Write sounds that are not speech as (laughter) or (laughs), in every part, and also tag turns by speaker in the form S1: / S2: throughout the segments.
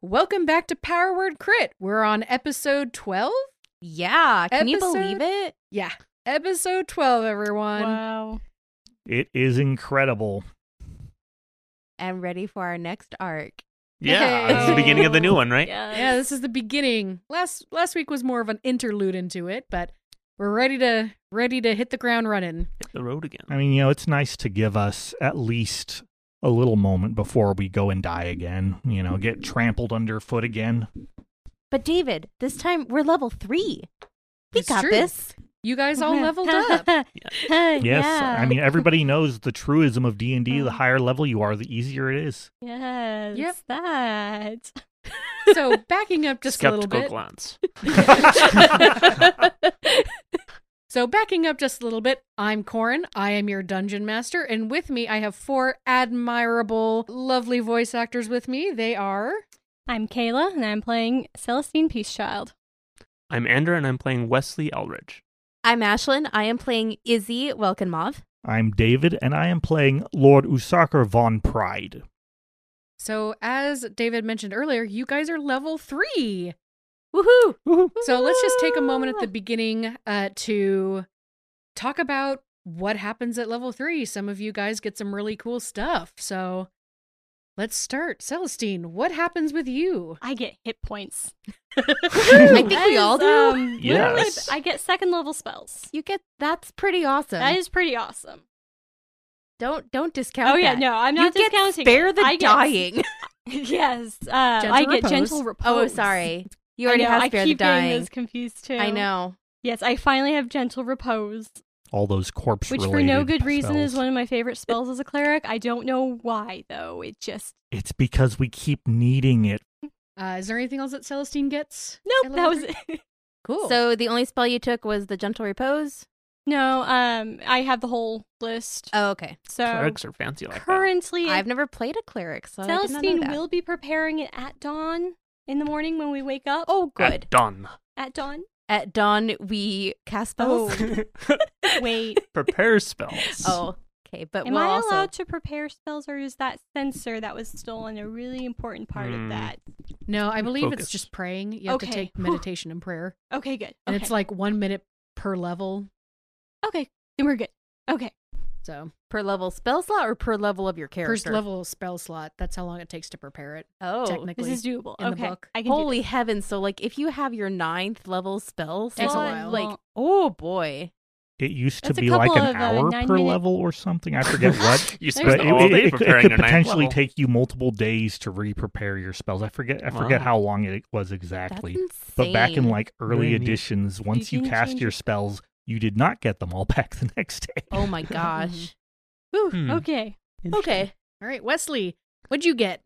S1: Welcome back to Power Word Crit. We're on episode 12?
S2: Yeah. Can you
S1: Episode-
S2: believe it?
S1: Yeah. Episode 12, everyone.
S2: Wow.
S3: It is incredible.
S2: And ready for our next arc.
S4: Yeah, Uh, it's the beginning of the new
S2: (laughs)
S4: one, right?
S1: Yeah, this is the beginning. Last last week was more of an interlude into it, but we're ready to ready to hit the ground running.
S4: Hit the road again.
S3: I mean, you know, it's nice to give us at least a little moment before we go and die again, you know, get trampled underfoot again.
S5: Uh,
S2: But David, this time we're level three. We
S1: It's
S2: got
S1: true.
S2: this.
S1: You guys
S2: (laughs)
S1: all leveled up.
S2: yes.
S3: Yes, I mean everybody knows the truism of D&D, the
S5: Uh-huh.
S2: Mhm.
S3: higher level you are, the easier it is.
S2: Yes.
S1: Yep.
S2: That.
S1: So backing up just a
S4: Skeptical
S1: little bit.
S2: (laughs)
S4: glance. (laughs)
S1: So backing up just a little bit, I'm Corin. I am your dungeon master, and with me I have four admirable, lovely voice actors with me. They are
S5: (laughs) I'm Kayla, and I'm playing Celestine Peacechild.
S4: I'm Andrew, and I'm playing Wesley Eldridge.
S2: I'm Ashlyn. I am playing Izzy Welkenmov.
S3: I'm David and I am playing Lord Usakar von Pride.
S1: so as David mentioned earlier, you guys are level three.
S2: Woohoo!
S1: So let's just take a moment at the beginning uh, to talk about what happens at level three. Some of you guys get some really cool stuff. So let's start. Celestine, what happens with you?
S5: I get hit points.
S2: I think we
S5: As,
S2: all do.
S5: Um, literally,
S4: Yes.
S5: I get second level spells.
S2: you get that's pretty awesome.
S5: That is pretty awesome.
S2: don't don't discount.
S5: oh yeah,
S2: that.
S5: no, I'm
S2: you
S5: not
S2: get
S5: discounting.
S2: spare
S5: it.
S2: the
S5: I
S2: (laughs)
S5: get- (laughs)
S2: dying.
S5: (laughs) yes, uh, I get gentle repose.
S2: Oh, sorry. You
S5: I
S2: already
S5: know,
S2: have
S5: I
S2: spare
S5: keep
S2: the
S5: getting
S2: dying.
S5: those confused too.
S2: I know.
S5: Yes, I finally have gentle repose,
S3: All those corpse
S5: which for no good reason is one of my favorite spells as a cleric. I don't know why though. It just
S3: It's because we keep needing it.
S1: Uh, is there anything else that Celestine gets? at level
S5: nope. That was
S1: three?
S5: it.
S1: cool.
S2: So the only spell you took was the gentle repose.
S5: (laughs) no. Um, I have the whole list.
S2: Oh, okay.
S5: so
S4: Clerics are fancy like that.
S5: currently,
S2: I've never played a cleric, so I did not know
S5: Celestine
S2: that.
S5: will be preparing it at dawn in the morning when we wake up.
S2: Oh, good.
S4: At dawn.
S2: (coughs)
S5: At dawn.
S2: At dawn, we cast
S5: Oh.
S2: spells.
S5: (laughs) (coughs) Wait.
S2: (laughs)
S4: Prepare spells.
S2: Oh, okay. But
S5: Am
S2: we'll
S5: I
S2: also
S5: allowed to prepare spells or is that sensor that was stolen a really important part
S4: Hmm.
S5: of that?
S1: no, I believe it's
S4: Focus.
S1: just praying. You have to
S5: Okay.
S1: take
S5: Whew.
S1: meditation and prayer.
S5: Okay, good.
S1: And
S5: okay.
S1: it's like one minute per level.
S5: Okay, then we're good. Okay.
S1: So
S2: per level spell slot or per level of your character?
S1: first level spell slot. That's how long it takes to prepare it.
S2: Oh,
S1: technically.
S5: This is doable.
S1: in the
S5: okay.
S1: book.
S5: I can do
S2: holy
S5: this.
S2: heavens! So like, if you have your ninth level spell slot,
S1: Takes a while.
S2: like, oh boy,
S3: It used to
S5: That's a
S3: be like an
S5: couple of, uh,
S3: hour
S5: nine
S3: per
S5: minute-
S3: level or something. I forget what.
S4: (laughs) You
S1: There's
S4: spent
S1: the-
S4: all day
S3: it,
S4: preparing
S3: could
S4: your ninth
S3: potentially
S4: level.
S3: take you multiple days to re-prepare your spells. I forget. I forget
S4: Wow.
S3: how long it was exactly. But back in
S2: insane.
S3: like early
S4: Really neat.
S3: editions, once you
S5: can
S3: cast
S5: change
S3: your
S5: it.
S3: spells, you did not get them all (laughs) back the next day.
S2: oh
S3: (laughs)
S2: my gosh.
S5: Ooh,
S4: Hmm.
S5: Okay.
S2: okay,
S1: All right, Wesley, what'd you get?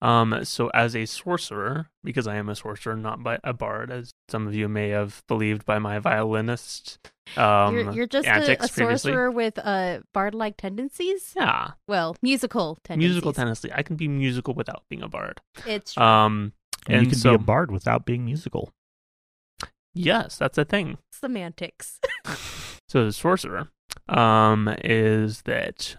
S4: Um, so as a sorcerer, because I am a sorcerer, not by a bard, as some of you may have believed by my violinist. Um,
S2: you're, you're just a,
S4: antics
S2: a
S4: previously.
S2: sorcerer with uh, bard-like tendencies.
S4: Yeah,
S2: Well, musical tendencies.
S4: musical tendency. I can be musical without being a bard.
S2: It's true.
S4: Um,
S3: And,
S4: And
S3: you can be
S4: so-
S3: a bard without being
S4: (laughs)
S3: musical.
S4: yes, that's a thing.
S2: semantics.
S4: So the sorcerer, um, is that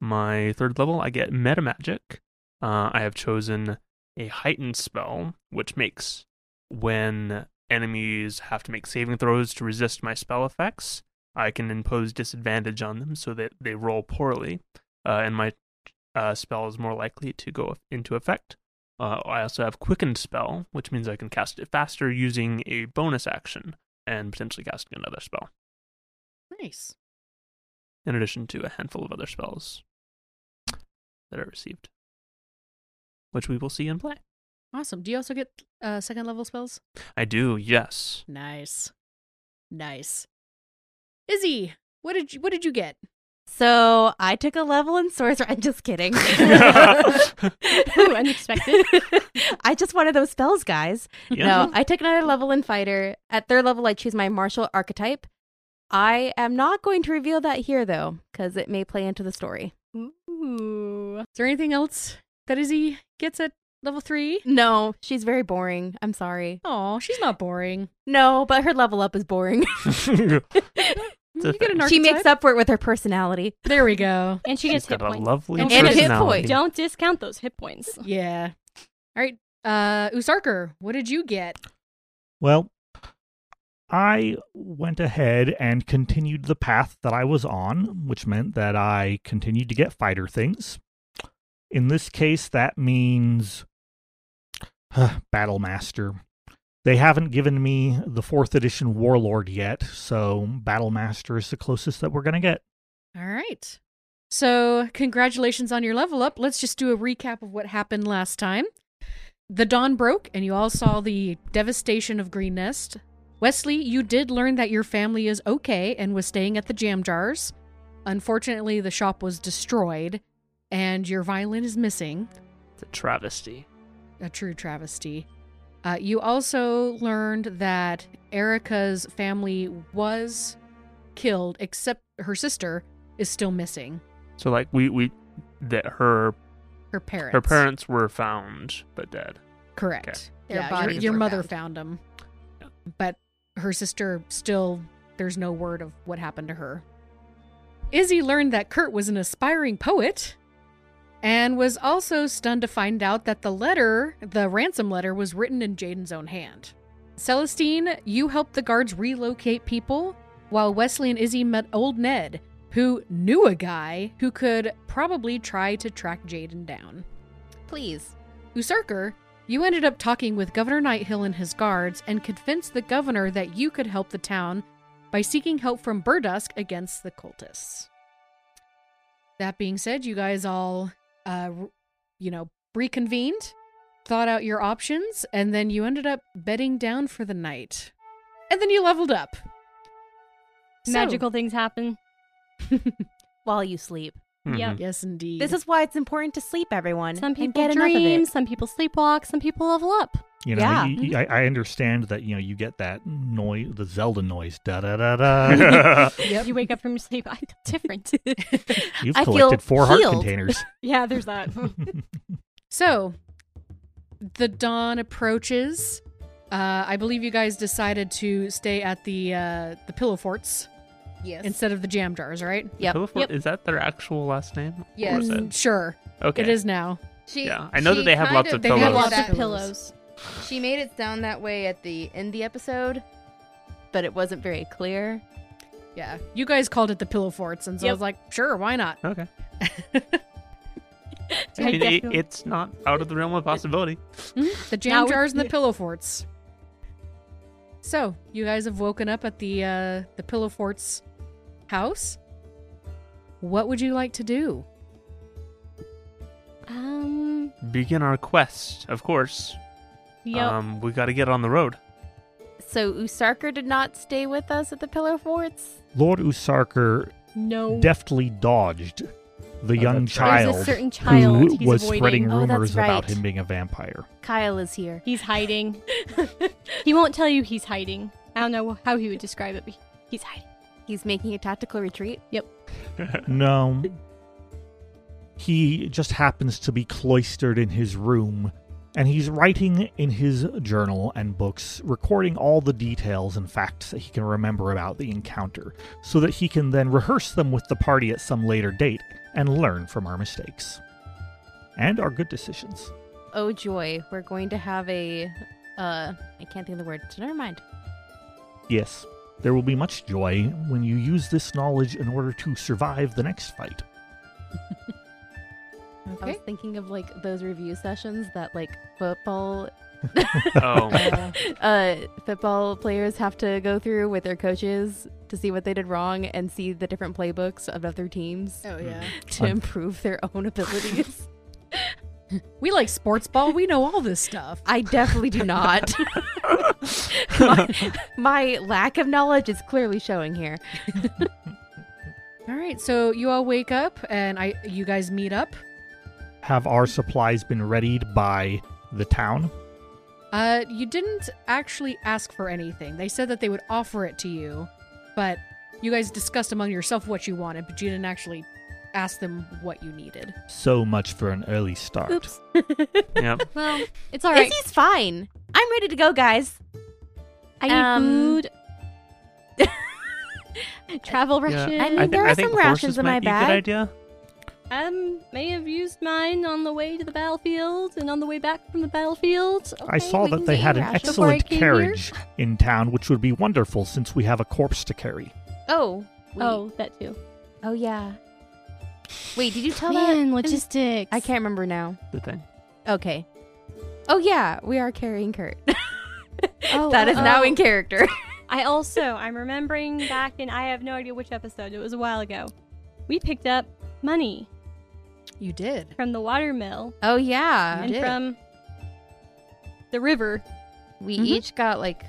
S4: my third level? I get meta magic. Uh, I have chosen a heightened spell, which makes when enemies have to make saving throws to resist my spell effects, I can impose disadvantage on them so that they roll poorly, uh, and my uh, spell is more likely to go into effect. Uh, I also have quickened spell, which means I can cast it faster using a bonus action and potentially casting another spell
S1: Nice.
S4: in addition to a handful of other spells that I received, which we will see in play.
S1: Awesome. Do you also get uh, second level spells?
S4: I do, yes.
S1: Nice. Nice. Izzy, what did you what did you get?
S2: So I took a level in sorcerer. (laughs) I'm just kidding.
S5: Ooh, unexpected.
S2: (laughs) I just wanted those spells, guys. No, I took another level in fighter. At third level, I choose my martial archetype. I am not going to reveal that here, though, because it may play into the story.
S5: Ooh.
S1: Is there anything else that Izzy gets at level three?
S2: No, she's very boring. I'm sorry.
S1: Oh, she's not boring.
S2: No, but her level up is boring. (laughs)
S1: you
S4: a
S1: get an
S2: she makes
S1: archetype.
S2: up for it with her personality.
S1: There we go.
S5: And she
S4: She's
S5: gets
S4: got
S5: hit
S4: a
S5: points.
S4: lovely
S1: And
S2: hit
S4: personality.
S2: points.
S5: Don't discount those hit points.
S1: Yeah. All right, Uh, Usarker, what did you get?
S3: Well, I went ahead and continued the path that I was on, which meant that I continued to get fighter things. In this case, that means Battle Master. They haven't given me the fourth edition Warlord yet, so Battle Master is the closest that we're going to get.
S1: All right. So, congratulations on your level up. Let's just do a recap of what happened last time. The dawn broke, and you all saw the devastation of Green Nest. Wesley, you did learn that your family is okay and was staying at the jam jars. Unfortunately, the shop was destroyed, and your violin is missing.
S4: It's a travesty.
S1: A true travesty. Uh, you also learned that Erica's family was killed, except her sister is still missing.
S4: So like we we that her
S1: Her parents.
S4: her parents were found but dead.
S1: Correct.
S2: Their
S1: yeah, your,
S2: bodies
S1: your
S2: were
S1: mother found
S2: found.
S1: them, but her sister still. There's no word of what happened to her. Izzy learned that Kurt was an aspiring poet, and was also stunned to find out that the letter, the ransom letter, was written in Jaden's own hand. Celestine, you helped the guards relocate people, while Wesley and Izzy met old Ned, who knew a guy who could probably try to track Jaden down.
S2: Please.
S1: Usarker, you ended up talking with Governor Nighthill and his guards and convinced the governor that you could help the town by seeking help from Burdusk against the cultists. That being said, you guys all, uh, r- you know, reconvened, thought out your options, and then you ended up bedding down for the night. And then you leveled up. So-
S5: Magical things happen.
S2: While you sleep.
S5: Yeah.
S4: Mhm.
S1: yes, indeed.
S2: This is why it's important to sleep, everyone.
S5: Some
S2: and
S5: people
S2: get enough of it. (laughs)
S5: dream, some people sleepwalk, some people level up.
S3: You know,
S2: Yeah. mhm.
S3: you- you- I, I understand that you know you get that noise, the Zelda noise, da da da da.
S2: (laughs)
S1: Yep.
S5: You wake up from (laughs) your sleep. I different.
S3: You've
S2: I feel
S3: collected four heart
S2: healed.
S3: containers.
S5: yeah, there's that.
S1: So, the dawn approaches. Uh, I believe you guys decided to stay at the uh, the pillow forts
S2: Yes.
S1: instead of the jam jars, right?
S2: Yep.
S4: Pillowfort- Is that their actual last name? Or is
S2: Yes.
S4: it-
S1: Mm, Sure,
S4: Okay.
S1: it is now.
S6: She,
S4: Yeah, I know that
S6: she
S4: they have
S6: kind
S4: lots of
S6: they
S1: pillows.
S6: have
S1: They have
S6: lots of
S1: lots of
S6: pillows.
S2: She made it sound that way at the end of the episode, but it wasn't very clear.
S1: Yeah, you guys called it the pillow forts, and so I
S5: Yep.
S1: was like, sure, why not?
S4: Okay. I
S5: I
S4: mean, it,
S5: definitely-
S4: it's not out of the realm of possibility.
S1: Mhm, The
S5: Now
S1: jam
S5: we-
S1: jars and the pillow forts. So you guys have woken up at the uh, the pillow forts house. What would you like to do?
S5: um,
S4: Begin our quest, of course.
S5: yep.
S4: Um, we got to get on the
S5: (laughs)
S4: road.
S2: So Usarker did not stay with us at the Pillar Forts.
S3: Lord Usarker
S5: no.
S3: deftly dodged the young
S6: Oh, that's right.
S5: There's
S3: child
S5: Oh. a certain
S3: who
S5: child he's
S3: was
S5: avoiding.
S3: spreading
S2: Oh, that's
S3: rumors about
S2: right.
S3: him being a
S6: (laughs)
S3: vampire.
S2: Kyle is here.
S5: He's hiding. he won't tell you he's hiding. I don't know how he would describe it, but he's hiding.
S2: He's making a tactical retreat.
S3: No. He just happens to be cloistered in his room, and he's writing in his journal and books, recording all the details and facts that he can remember about the encounter, so that he can then rehearse them with the party at some later date and learn from our mistakes and our good decisions.
S2: Oh joy, we're going to have a. Uh, I can't think of the word. So never mind.
S3: Yes, there will be much joy when you use this knowledge in order to survive the next fight.
S2: I was thinking of like those review sessions that like football,
S4: Oh,
S1: Uh,
S2: uh, football players have to go through with their coaches to see what they did wrong and see the different playbooks of other teams (laughs)
S1: oh yeah,
S2: to
S3: Um,
S2: improve their own abilities.
S1: we like sports ball. We know all this stuff.
S2: (laughs) I definitely do not. (laughs) my, my lack of knowledge is clearly showing here.
S1: All right, so you all wake up and I you guys meet up.
S3: Have our supplies been readied by the town?
S1: Uh you didn't actually ask for anything. They said that they would offer it to you, but you guys discussed among yourself what you wanted, but you didn't actually ask them what you needed.
S3: So much for an early start.
S2: Oops.
S4: yep.
S5: Well, it's all right.
S2: Izzy's fine. I'm ready to go, guys.
S5: I need
S2: Um,
S5: food. Travel
S4: Yeah,
S5: rations.
S2: I mean,
S4: I think,
S2: there are
S4: I think
S2: some rations
S4: horses
S2: in
S4: might
S2: my
S4: be a
S2: bag.
S4: Good idea.
S5: I um, may have used mine on the way to the battlefield and on the way back from the battlefield.
S3: I
S5: Okay,
S3: saw
S5: we
S3: that
S5: can
S3: they
S5: get
S3: had an
S5: rations before I
S3: excellent
S5: came here.
S3: carriage in town, which would be wonderful since we have a corpse to carry.
S2: Oh. wait.
S5: Oh, that too.
S2: Oh yeah. Wait, did you tell
S5: Man,
S2: that?
S5: logistics.
S2: I can't remember now.
S4: The thing.
S2: Okay. Oh yeah, we are carrying Kurt. (laughs)
S5: Oh,
S2: that is
S5: oh,
S2: now
S5: oh.
S2: in character. (laughs)
S5: I also, I'm remembering back in, I have no idea which episode, it was a while ago. We picked up money
S1: You did.
S5: from the water mill
S2: Oh yeah.
S5: and
S1: did.
S5: from the river.
S2: We
S1: Mhm.
S2: each got like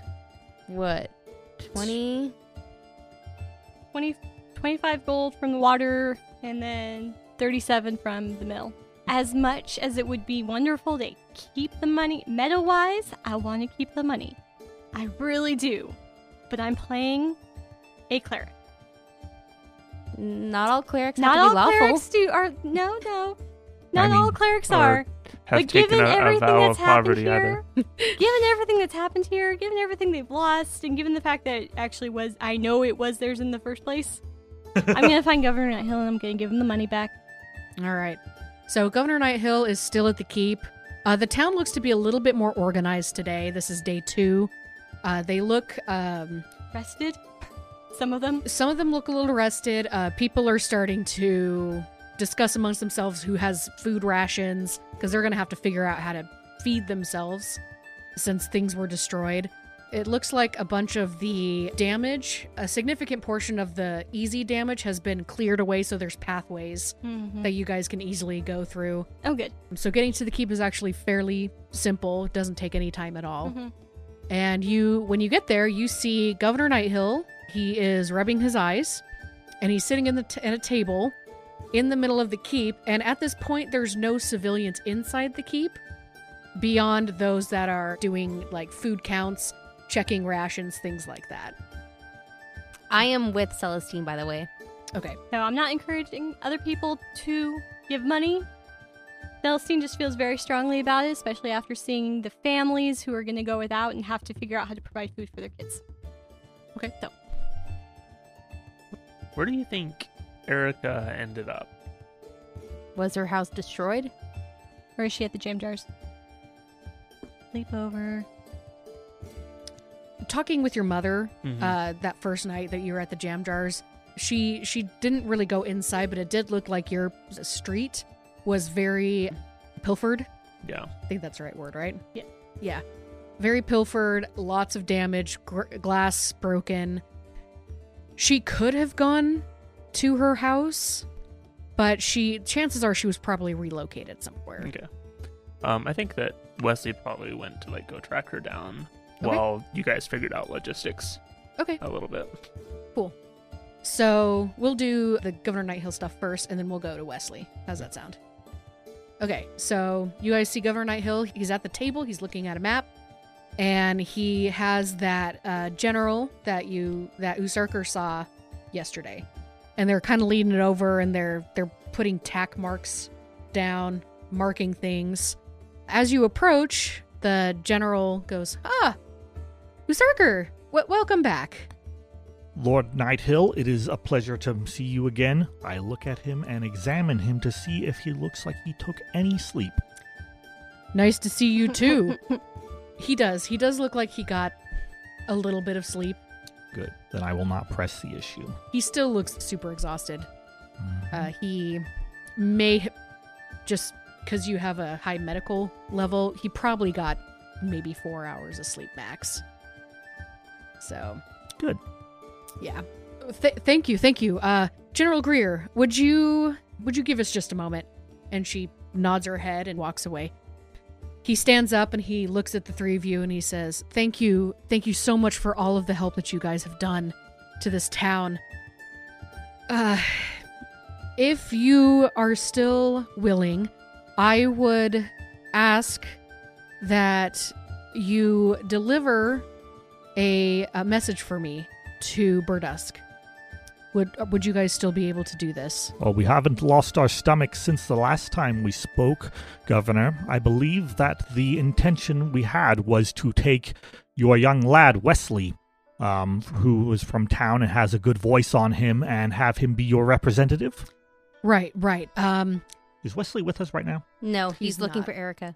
S2: what? 20
S5: 20, 25 gold from the water and then 37 from the mill. As much as it would be wonderful to keep the money, meta wise, I want to keep the money. I really do. But I'm playing a cleric.
S2: Not all clerics
S5: Not
S2: have to
S5: all
S2: be lawful.
S5: clerics do are. No, no. Not
S4: I
S5: all
S4: mean,
S5: clerics
S4: or
S5: are.
S4: Have
S5: but
S4: taken
S5: given
S4: a, a
S5: everything
S4: vow
S5: that's
S4: of
S5: happened
S4: poverty
S5: here, (laughs)
S4: either.
S5: given everything that's happened here, given everything they've lost, and given the fact that it actually was, I know it was theirs in the first place, I'm going to find Governor Hill and I'm going to give him the money back.
S1: All right. So Governor Nighthill is still at the keep. Uh, the town looks to be a little bit more organized today. This is day two. Uh, they look. Um,
S5: Rested? (laughs) Some of them?
S1: some of them look a little rested. Uh, people are starting to discuss amongst themselves who has food rations because they're going to have to figure out how to feed themselves since things were destroyed. It looks like a bunch of the damage, a significant portion of the easy damage has been cleared away, so there's pathways that you guys can easily go through.
S5: Oh, good.
S1: So getting to the keep is actually fairly simple. It doesn't take any time at all. And you when you get there, you see Governor Nighthill. He is rubbing his eyes and he's sitting in the t- at a table in the middle of the keep and at this point there's no civilians inside the keep beyond those that are doing like food counts, checking rations, things like that.
S2: I am with Celestine by the way.
S1: Okay.
S5: No, I'm not encouraging other people to give money. Celestine just feels very strongly about it, especially after seeing the families who are going to go without and have to figure out how to provide food for their kids.
S1: Okay.
S5: So,
S4: Where do you think Erica ended up?
S2: Was her house destroyed?
S5: where is she at the jam jars? Sleep over.
S1: talking with your mother
S4: Mhm.
S1: uh, that first night that you were at the jam jars she she didn't really go inside but it did look like your street was very pilfered
S4: Yeah.
S1: i think that's the right word right
S5: Yeah.
S1: yeah very pilfered lots of damage gr- glass broken she could have gone to her house but she chances are she was probably relocated somewhere
S4: Okay. Um, I think that Wesley probably went to like go track her down
S1: Okay.
S4: while you guys figured out logistics
S1: okay
S4: a little bit.
S1: So we'll do the Governor Nighthill stuff first, and then we'll go to Wesley. How's that sound? Okay, so you guys see Governor Nighthill. He's at the table. He's looking at a map, and he has that uh, general that you that Usurker saw yesterday, and they're kind of leading it over, and they're they're putting tack marks down, marking things. As you approach, the general goes, "Ah, Usurker, w- welcome back."
S3: Lord Nighthill, it is a pleasure to see you again. I look at him and examine him to see if he looks like he took any sleep.
S1: Nice to see you too. he does. He does look like he got a little bit of sleep.
S3: Good. Then I will not press the issue.
S1: He still looks super exhausted. Uh, he may h- just because you have a high medical level, he probably got maybe four hours of sleep max. So
S3: Good.
S1: yeah. Th- thank you, thank you, uh, General Greer. Would you would you give us just a moment? And she nods her head and walks away. He stands up and he looks at the three of you and he says, "Thank you, thank you so much for all of the help that you guys have done to this town. Uh, if you are still willing, I would ask that you deliver a, a message for me to Burdusk. Would would you guys still be able to do this?
S3: Well, we haven't lost our stomachs since the last time we spoke, Governor. I believe that the intention we had was to take your young lad, Wesley, um, who is from town and has a good voice on him, and have him be your representative.
S1: Right, right. Um,
S3: Is Wesley with us right now?
S2: No, he's,
S1: He's
S2: looking
S1: not.
S2: for Erica.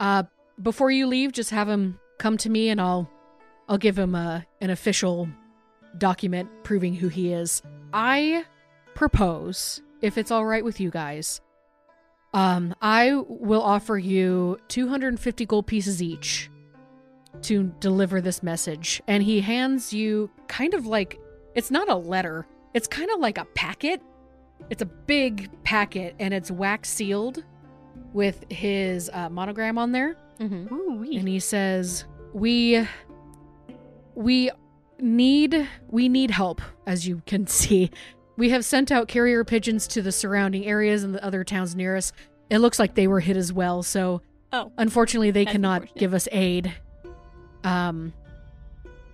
S1: uh, before you leave, just have him come to me, and I'll, I'll give him a an official document proving who he is. I propose, if it's all right with you guys, um, I will offer you 250 gold pieces each to deliver this message. And he hands you kind of like it's not a letter, it's kind of like a packet. It's a big packet and it's wax sealed with his uh, monogram on there
S2: Mm-hmm.
S5: Ooh,
S1: and he says we we need we need help as you can (laughs) see we have sent out carrier pigeons to the surrounding areas and the other towns near us it looks like they were hit as well so
S5: Oh.
S1: unfortunately they
S5: That's
S1: cannot
S5: unfortunate.
S1: give us aid um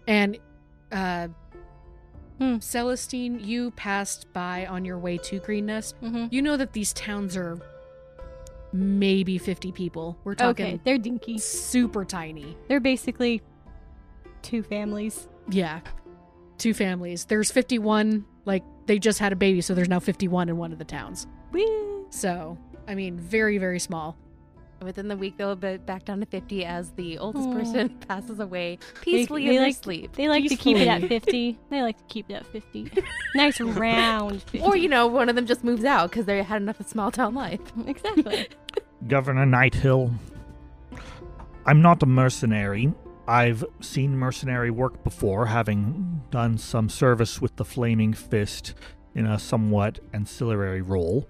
S1: and uh
S5: Hmm.
S1: celestine you passed by on your way to green nest
S5: Mm-hmm.
S1: you know that these towns are maybe 50 people we're talking
S5: Okay, they're dinky.
S1: super tiny.
S5: They're basically two families.
S1: Yeah. Two families. There's 51, like, they just had a baby, so there's now 51 in one of the towns.
S5: Whee!
S1: So, I mean, very, very small.
S2: Within the week, they'll be back down to 50 as the oldest
S5: Aw.
S2: person (laughs) passes away peacefully
S5: they
S2: in
S5: like-
S2: their sleep.
S5: They like to keep it at
S1: Peacefully.
S5: 50. They like to keep it
S2: (laughs)
S5: at 50. nice round 50.
S2: Or, you know, one of them just moves out because they had enough of small town life.
S5: (laughs) Exactly.
S3: Governor Nighthill, I'm not a mercenary. I've seen mercenary work before, having done some service with the Flaming Fist in a somewhat ancillary role.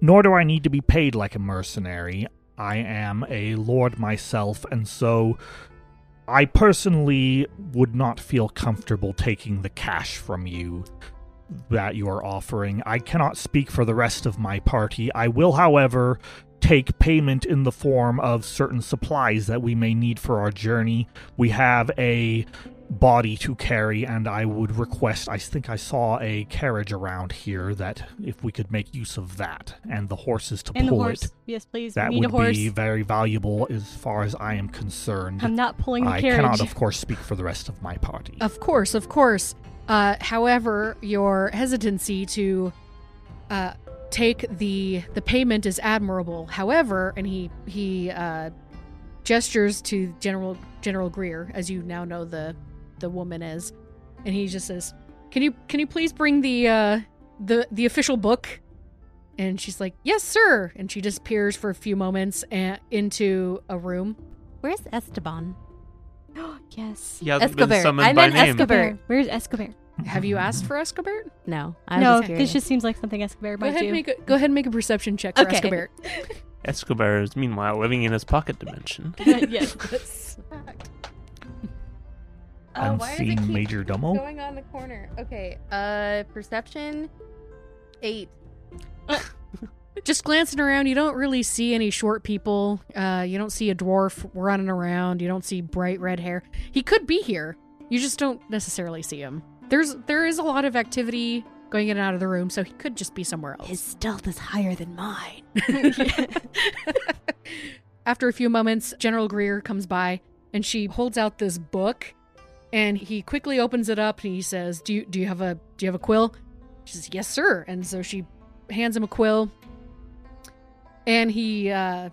S3: Nor do I need to be paid like a mercenary. I am a lord myself, and so I personally would not feel comfortable taking the cash from you that you are offering. I cannot speak for the rest of my party. I will, however, take payment in the form of certain supplies that we may need for our journey. We have a body to carry, and I would request I think I saw a carriage around here that if we could make use of that and the horses to
S5: And the
S3: pull
S5: horse.
S3: it.
S5: Yes, please.
S3: That
S5: we need a
S3: would
S5: horse.
S3: be very valuable as far as I am concerned.
S5: I'm not pulling the
S3: I
S5: carriage.
S3: cannot, of course, speak for the rest of my party.
S1: Of course, of course. Uh, however, your hesitancy to uh, take the the payment is admirable. However, and he he uh, gestures to General General Greer, as you now know the the woman is, and he just says, "Can you can you please bring the uh, the the official book?" And she's like, "Yes, sir." And she disappears for a few moments and into a room.
S2: (laughs) Where's Esteban?
S5: (gasps) yes.
S4: He hasn't been
S2: Escobar.
S4: summoned
S2: I
S4: by
S2: meant
S4: name.
S2: Escobar.
S5: Where's Escobar?
S1: Have you asked for Escobar?
S2: No, I was
S5: No,
S2: just
S5: this
S2: curious.
S5: just seems like something Escobar
S1: Go
S5: might
S1: ahead,
S5: do.
S1: and
S5: (laughs)
S1: make a, go ahead and make a perception check for
S2: Okay.
S1: Escobar.
S4: Escobar is meanwhile living in his pocket dimension.
S5: yes.
S3: I'm seeing Major Dummel.
S2: on the corner? Okay, uh, perception eight.
S1: Just glancing around, you don't really see any short people. Uh, you don't see a dwarf running around. You don't see bright red hair. He could be here. You just don't necessarily see him. There's there is a lot of activity going in and out of the room, so he could just be somewhere else.
S2: stealth is higher than mine.
S1: After a few moments, General Greer comes by and she holds out this book and he quickly opens it up and he says, "Do you do you have a do you have a quill?" She says, "Yes, sir." And so she hands him a quill and he uh,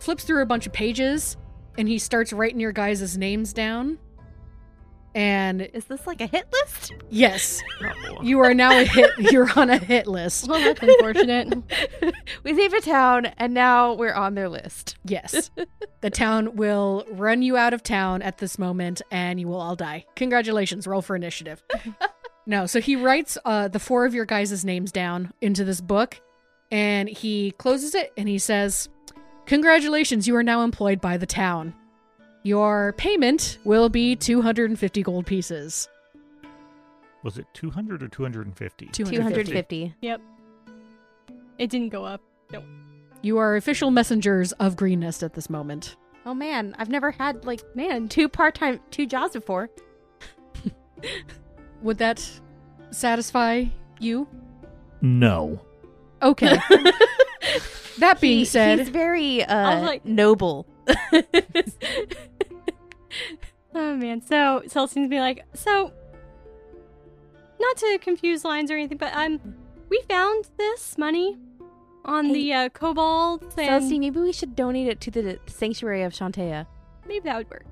S1: flips through a bunch of pages and he starts writing your guys' names down. And
S2: Is this like a hit list?
S1: yes,
S4: Oh.
S1: you are now a hit. (laughs) You're on a hit list.
S2: (laughs)
S5: well, that's unfortunate.
S2: (laughs) we saved a town, and now we're on their list.
S1: Yes. the town will run you out of town at this moment and you will all die. Congratulations, roll for initiative. no, so he writes uh, the four of your guys' names down into this book and he closes it and he says, Congratulations, you are now employed by the town. Your payment will be 250 gold pieces.
S3: Was it 200 or 250?
S1: 250.
S5: yep. It didn't go up.
S1: You are official messengers of Green Nest at this moment.
S2: Oh man, I've never had like man two part time two jobs before.
S1: Would that satisfy you?
S3: No.
S1: (laughs) Okay. that being
S2: He-
S1: said,
S2: he's very
S5: I
S2: uh,
S5: was
S2: (laughs)
S5: like-
S2: noble.
S5: Oh man. So Celestine's be like, so not to confuse lines or anything, but I'm We found this money on
S2: Hey.
S5: the uh, kobold and
S2: Celestine, maybe we should donate it to the sanctuary of Shantea.
S5: maybe that would work.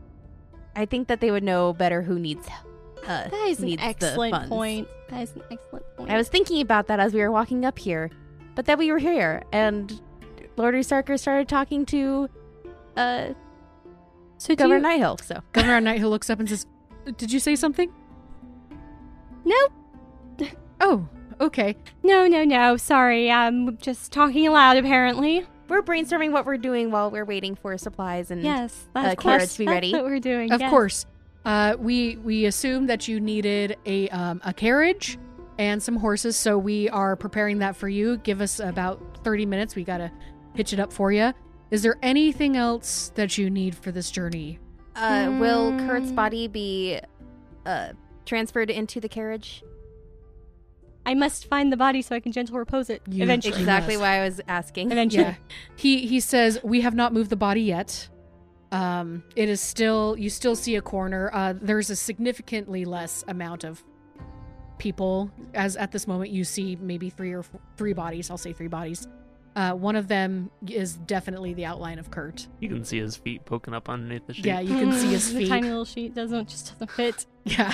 S2: I think that they would know better who needs. Uh,
S5: That is an
S2: needs the
S5: excellent
S2: funds.
S5: point. That is an excellent point.
S2: I was thinking about that as we were walking up here, but then we were here, and Lord Starker started talking to uh,
S5: so do
S2: Governor
S5: you-
S2: Nihil. So
S1: Governor Knight who looks up and says, "Did you say something?"
S5: Nope.
S1: Oh, okay.
S5: No, no, no. Sorry. I'm just talking aloud, apparently.
S2: we're brainstorming what we're doing while we're waiting for supplies and
S5: Yes.
S2: Uh,
S5: That's
S2: carriage
S5: that's-
S2: to be
S5: that's
S2: ready.
S5: what we're doing.
S1: Of
S5: yes.
S1: course. Uh, we we assume that you needed a um, a carriage and some horses, so we are preparing that for you. Give us about thirty minutes. We gotta hitch it up for you. Is there anything else that you need for this journey?
S2: Uh, Will Kurt's
S5: Mm.
S2: body be uh, transferred into the carriage?
S5: I must find the body so I can gentle repose it
S1: You-
S5: eventually.
S2: Exactly
S1: must.
S2: why I was asking.
S5: Eventually.
S1: Yeah. He he says we have not moved the body yet. Um, it is still you still see a corner. Uh, there's a significantly less amount of people as at this moment you see maybe three or four, three bodies. I'll say three bodies. Uh, one of them is definitely the outline of Kurt. (laughs)
S4: You can see his feet poking up underneath the sheet.
S1: Yeah, you can see his
S5: Mm. The
S1: feet.
S5: tiny little sheet doesn't just doesn't fit.
S1: Yeah.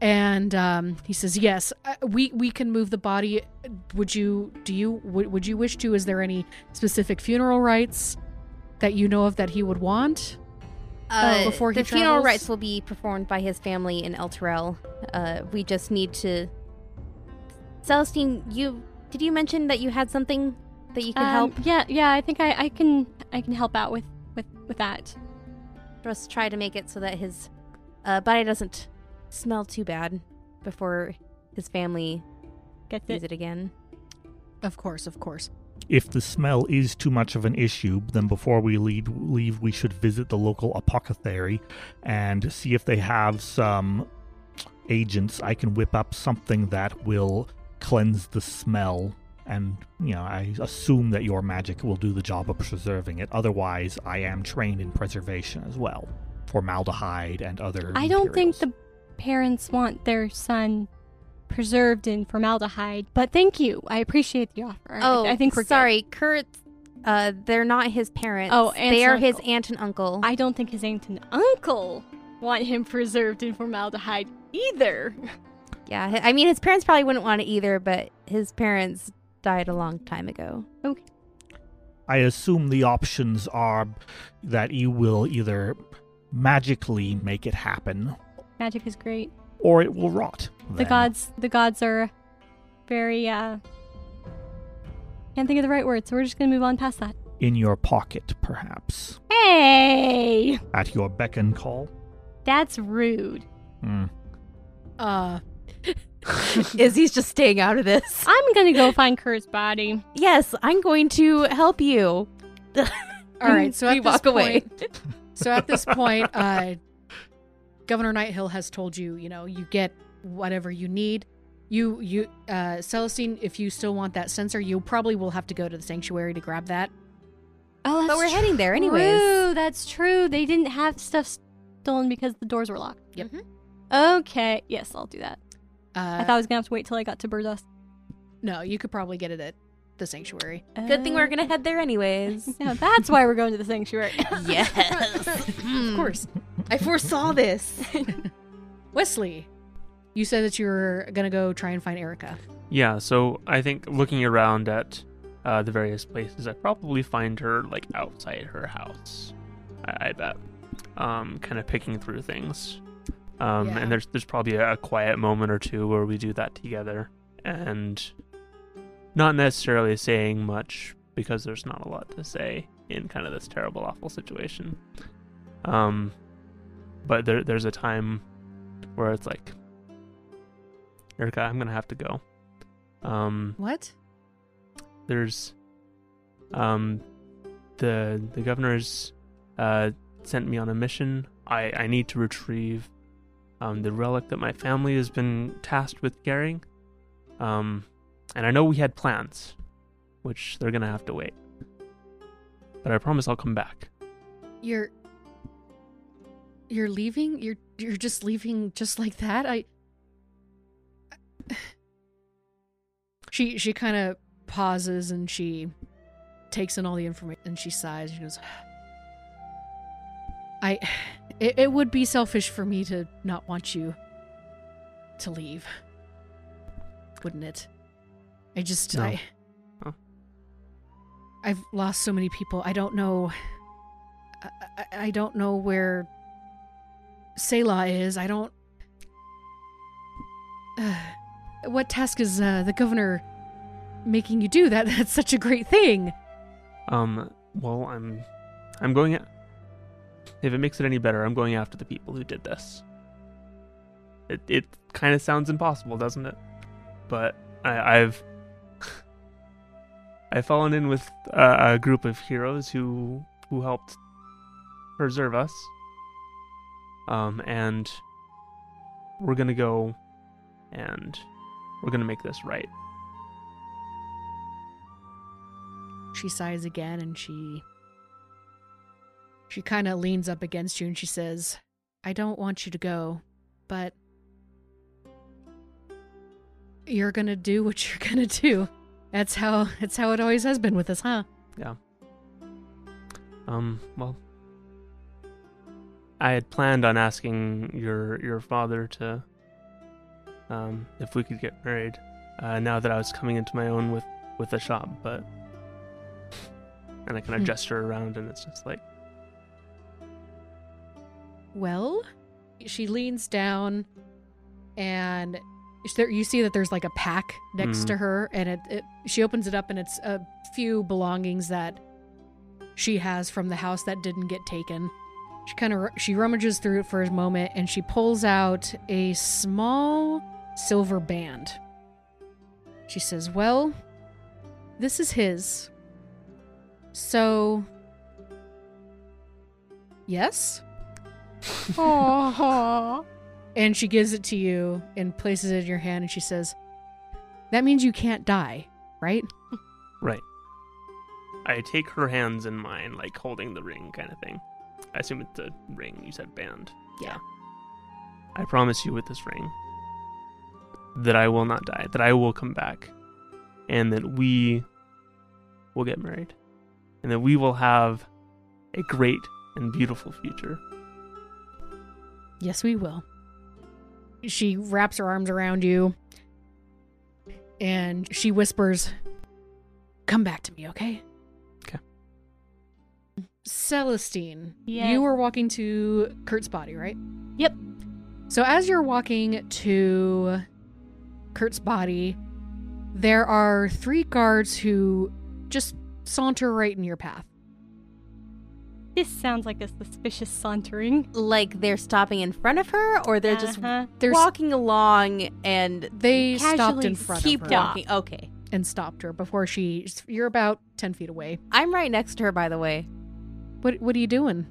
S1: and um, he says, "Yes, uh, we we can move the body. Would you? Do you? Would, would you wish to? Is there any specific funeral rites that you know of that he would want?
S2: Uh,
S1: Oh, before he
S2: the funeral
S1: travels?
S2: rites will be performed by his family in El Terrell. Uh, we just need to. Celestine, you did you mention that you had something that you could help?
S5: Um, Yeah, yeah. I think I, I can I can help out with with with that.
S2: Just try to make it so that his uh, body doesn't smell too bad before his family
S5: Gets
S2: sees
S5: it.
S2: it again.
S1: Of course, of course.
S3: If the smell is too much of an issue, then before we lead, leave, we should visit the local apothecary and see if they have some agents. I can whip up something that will cleanse the smell. And, you know, I assume that your magic will do the job of preserving it. Otherwise, I am trained in preservation as well. Formaldehyde and other.
S5: I don't think
S3: materials.
S5: the parents want their son preserved in formaldehyde, but thank you. I appreciate the offer. I-
S2: Oh,
S5: I, think we're good.
S2: sorry, Kurt. Uh, they're not his parents.
S5: Oh, aunts
S2: they
S5: and
S2: are his
S5: uncle.
S2: aunt and uncle.
S5: I don't think his aunt and uncle want him preserved in formaldehyde either. (laughs)
S2: Yeah, hi- I mean, his parents probably wouldn't want it either, but his parents died a long time (laughs) ago.
S3: I assume the options are that you will either magically make it happen
S5: Magic is great.
S3: or it will rot.
S5: The
S3: then.
S5: gods, the gods are very. uh Can't think of the right word, so we're just gonna move on past that.
S3: in your pocket, perhaps,
S5: Hey,
S3: at your beck and call.
S5: that's rude.
S3: Mm.
S1: Uh,
S2: Izzy's just staying out of this.
S5: I'm gonna go find Kurt's body.
S2: Yes, I'm going to help you.
S1: all right. So
S2: We
S1: at this
S2: walk away. (laughs)
S1: point- so at this point, uh, Governor Nighthill has told you, you know, you get whatever you need. You you uh, Celestine, if you still want that sensor, you probably will have to go to the sanctuary to grab that.
S5: Oh,
S2: But we're heading there anyways.
S5: True, that's true. They didn't have stuff stolen because the doors were locked.
S1: Yep.
S5: Okay. Yes, I'll do that.
S1: Uh,
S5: I thought I was gonna have to wait till I got to Burdos.
S1: No, you could probably get it at the sanctuary.
S2: Good thing we're gonna head there anyways.
S5: Now Oh. that's why we're going to the sanctuary.
S2: (laughs) yes,
S5: Hmm.
S1: Of course. (laughs)
S2: I
S3: (laughs)
S2: foresaw this.
S1: Wesley, you said that you were going to go try and find Erica.
S4: Yeah, so I think looking around at uh, the various places, I probably find her like outside her house. I, I bet, um, kind of picking through things. Um,
S1: Yeah.
S4: And there's there's probably a, a quiet moment or two where we do that together, and not necessarily saying much because there's not a lot to say in kind of this terrible, awful situation. Um, but there there's a time where it's like, Erica, I'm gonna have to go. Um,
S1: What?
S4: there's um the the governor's uh sent me on a mission i i need to retrieve um the relic that my family has been tasked with carrying um and i know we had plans which they're gonna have to wait but i promise i'll come back
S1: You're You're leaving? You're you're just leaving just like that? I (sighs) She she kind of pauses and she takes in all the information and she sighs. She goes, "I, it, it would be selfish for me to not want you to leave, wouldn't it? I just
S4: No.
S1: I,
S4: Huh.
S1: I've lost so many people. I don't know. I, I, I don't know where Selah is. I don't." (sighs) what task is uh, the governor making you do that (laughs) that's such a great thing
S4: Um, well, I'm, I'm going. A- if it makes it any better, I'm going after the people who did this. It it kind of sounds impossible, doesn't it? But I, I've, (laughs) I've fallen in with a, a group of heroes who who helped preserve us. Um, and we're gonna go, and we're gonna make this right.
S1: she sighs again and she she kind of leans up against you and she says i don't want you to go but you're gonna do what (laughs) you're gonna do that's how that's how it always has been with us huh
S4: Um, well, I had planned on asking your your father to um if we could get married. Uh, now that I was coming into my own with with the shop, but and I kind
S1: Hmm.
S4: of gesture around, and it's just like,
S1: Well, she leans down and is there, you see that there's like a pack next
S4: Mhm.
S1: to her and it, it she opens it up and it's a few belongings that she has from the house that didn't get taken. She kind of she rummages through it for a moment and she pulls out a small silver band. She says, "Well, this is his. So, yes."
S5: Aww.
S1: And she gives it to you and places it in your hand and she says, That means you can't die, right?
S4: right. I take her hands in mine, like holding the ring, kind of thing. I assume it's a ring. You said band.
S1: Yeah.
S4: I promise you with this ring that I will not die, that I will come back, and that we will get married, and that we will have a great and beautiful future.
S1: Yes, we will. She wraps her arms around you and she whispers, Come back to me, okay?
S4: Okay.
S1: Celestine,
S5: Yes.
S1: you were walking to Kurt's body, right?
S5: Yep.
S1: So as you're walking to Kurt's body, there are three guards who just saunter right in your path.
S5: (laughs) This sounds like a suspicious sauntering.
S2: Like they're stopping in front of her, or they're just
S5: Uh-huh.
S1: They're s-
S2: walking along and
S1: They stopped
S5: Casually
S1: in front
S2: keep
S1: of her
S2: walking. Okay,
S1: and stopped her before she. You're about ten feet away.
S2: I'm right next to her, by the way.
S1: What What are you doing?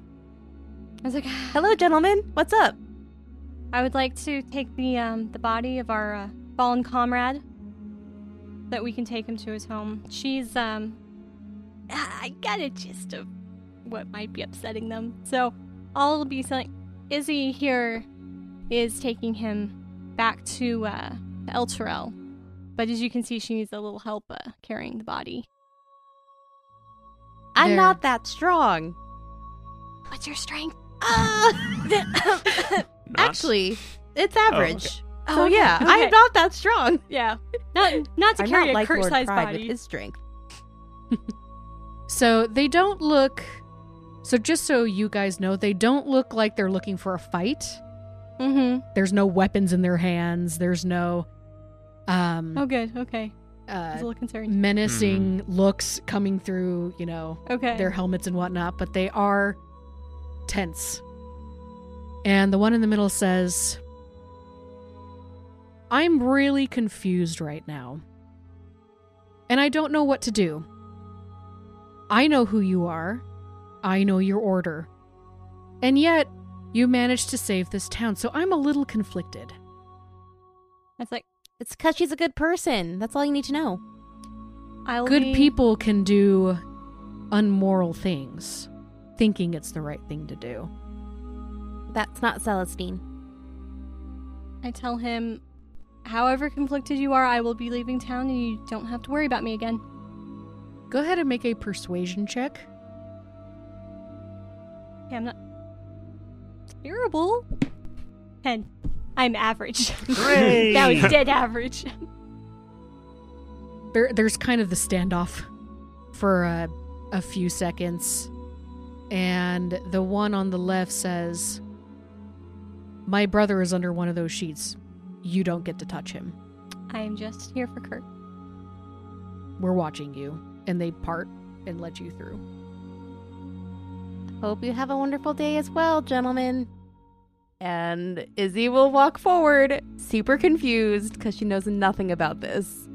S5: I
S2: (sighs)
S5: was like,
S2: Hello, gentlemen. What's up?
S5: I would like to take the um, the body of our uh, fallen comrade that we can take him to his home. She's um (sighs) I got a gist of what might be upsetting them. So I'll be saying Izzy here is taking him back to uh El Terrell. But as you can see she needs a little help uh, carrying the body.
S2: I'm
S1: They're-
S2: not that strong.
S5: What's your strength?
S2: Uh,
S4: Not-
S2: actually, it's average. So
S5: Oh, okay.
S2: yeah, I am
S5: Okay.
S2: not that strong.
S5: (laughs) (laughs) Yeah. Not not to
S2: I'm
S5: carry
S2: not
S5: a
S2: like Lord
S5: Kurt-sized
S2: Pride
S5: body.
S2: with his strength.
S1: So they don't look. So just so you guys know, they don't look like they're looking for a fight.
S5: mm-hmm.
S1: There's no weapons in their hands. There's no um
S5: Oh good, okay. I was a
S1: uh,
S5: little concerned.
S1: menacing looks coming through. You know,
S5: Okay.
S1: their helmets and whatnot, but they are tense. And the one in the middle says, I'm really confused right now. And I don't know what to do. I know who you are. I know your order. And yet, you managed to save this town, so I'm a little conflicted.
S5: That's like
S2: It's because she's a good person. That's all you need to know.
S5: I'll
S1: Good
S5: be-
S1: people can do unmoral things, thinking it's the right thing to do.
S2: That's not Celestine.
S5: I tell him However conflicted you are, I will be leaving town and you don't have to worry about me again.
S1: Go ahead and make a persuasion check.
S5: Okay, I'm not terrible. 10. I'm average.
S3: Hooray!
S5: (laughs) that was dead average.
S1: There, there's kind of the standoff for a, a few seconds, and the one on the left says, "My brother is under one of those sheets. You don't get to touch him.
S5: (laughs) I am just here for Kurt.
S1: We're watching you." And they part and let you through.
S2: Hope you have a wonderful day as well, gentlemen. And Izzy will walk forward, super confused because she knows nothing about this.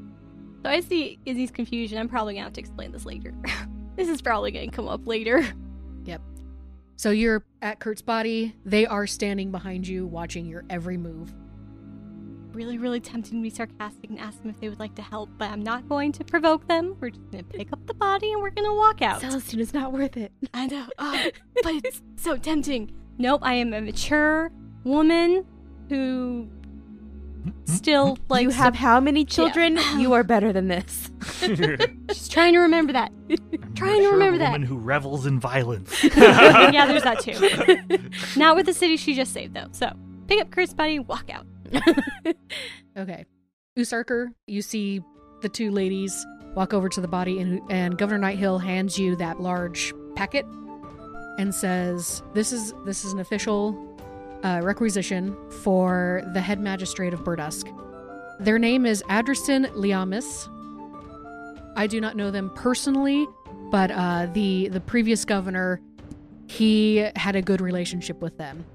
S5: So I see Izzy's confusion. I'm probably gonna have to explain this later. (laughs) this is probably gonna come up later.
S1: So you're at Kurt's body. They are standing behind you, watching your every move.
S5: (laughs) Really, really tempted me to be sarcastic and ask them if they would like to help, but I'm not going to provoke them. We're just gonna pick up the body and we're gonna walk out.
S2: Celestine is not worth it.
S5: I know, oh, but (laughs) it's so tempting. Nope, I am a mature woman who still like
S2: you have how many children? (sighs)
S5: Yeah.
S2: You are better than this.
S5: Just trying to remember that.
S3: I'm
S5: Trying to
S3: sure a
S5: remember that.
S3: Woman who revels in violence.
S5: (laughs) yeah, there's that too. Not with the city she just saved though. So pick up Kurt's body, walk out.
S1: Okay. Usarker, you see the two ladies walk over to the body, and, and Governor Nighthill hands you that large packet and says, "This is this is an official uh, requisition for the head magistrate of Burdusk. Their name is Adrastin Liamis. I do not know them personally, but uh, the the previous governor, he had a good relationship with them,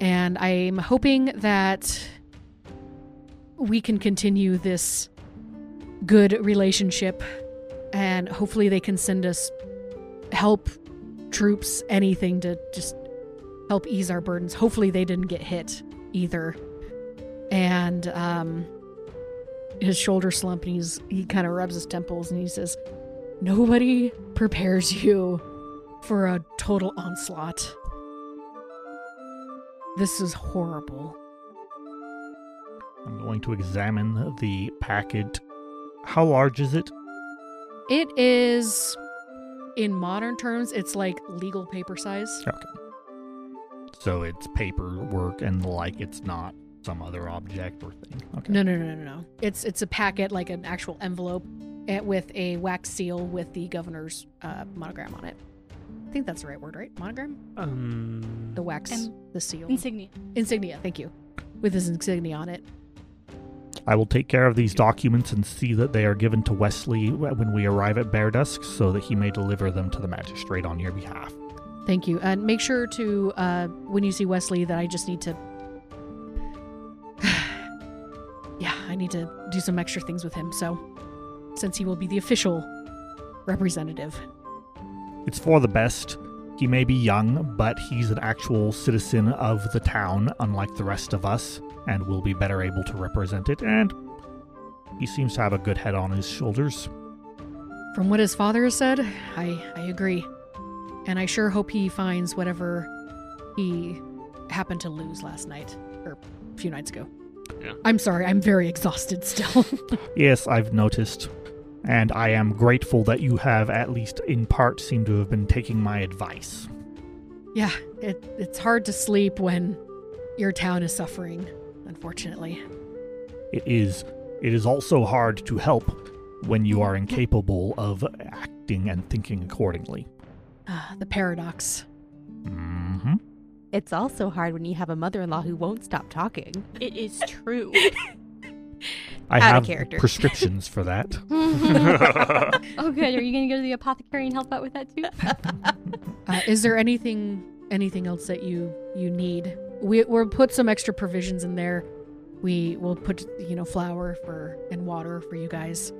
S1: and I'm hoping that." we can continue this good relationship and hopefully they can send us help troops anything to just help ease our burdens hopefully they didn't get hit either and um his shoulder slump and he's he kind of rubs his temples and he says nobody prepares you for a total onslaught this is horrible
S3: I'm going to examine the packet. How large is it?
S1: It is, in modern terms, it's like legal paper size.
S3: Okay. So it's paperwork and the like. It's not some other object or thing. Okay.
S1: No, no, no, no, no. It's it's a packet, like an actual envelope, eh, with a wax seal with the governor's uh, monogram on it. I think that's the right word, right? Monogram,
S4: Um,
S1: the wax,
S5: Em-
S1: the seal,
S5: Insignia.
S1: insignia. Thank you, with his insignia on it.
S3: I will take care of these documents and see that they are given to Wesley when we arrive at Bear Dusk so that he may deliver them to the magistrate on your behalf.
S1: Thank you, and make sure to uh, when you see Wesley that I just need to. (sighs) yeah, I need to do some extra things with him. So, since he will be the official representative.
S3: It's for the best. He may be young, but he's an actual citizen of the town, unlike the rest of us, and will be better able to represent it. And he seems to have a good head on his shoulders.
S1: From what his father has said, I, I agree. And I sure hope he finds whatever he happened to lose last night, or a few nights ago.
S4: Yeah.
S1: I'm sorry, I'm very exhausted still. (laughs)
S3: Yes, I've noticed. And I am grateful that you have, at least in part, seemed to have been taking my advice.
S1: yeah, it, it's hard to sleep when your town is suffering, unfortunately.
S3: It is. It is also hard to help when you are incapable of acting and thinking accordingly.
S1: Ah, the paradox.
S3: hmm
S2: It's also hard when you have a mother-in-law who won't stop talking.
S5: It is true.
S3: I
S2: Outta
S3: have
S2: character.
S3: prescriptions for that.
S5: (laughs) Oh, good. Are you going to go to the apothecary and help out with that too?
S1: Uh, is there anything anything else that you you need? We we'll put some extra provisions in there. We will put you know flour for and water for you guys.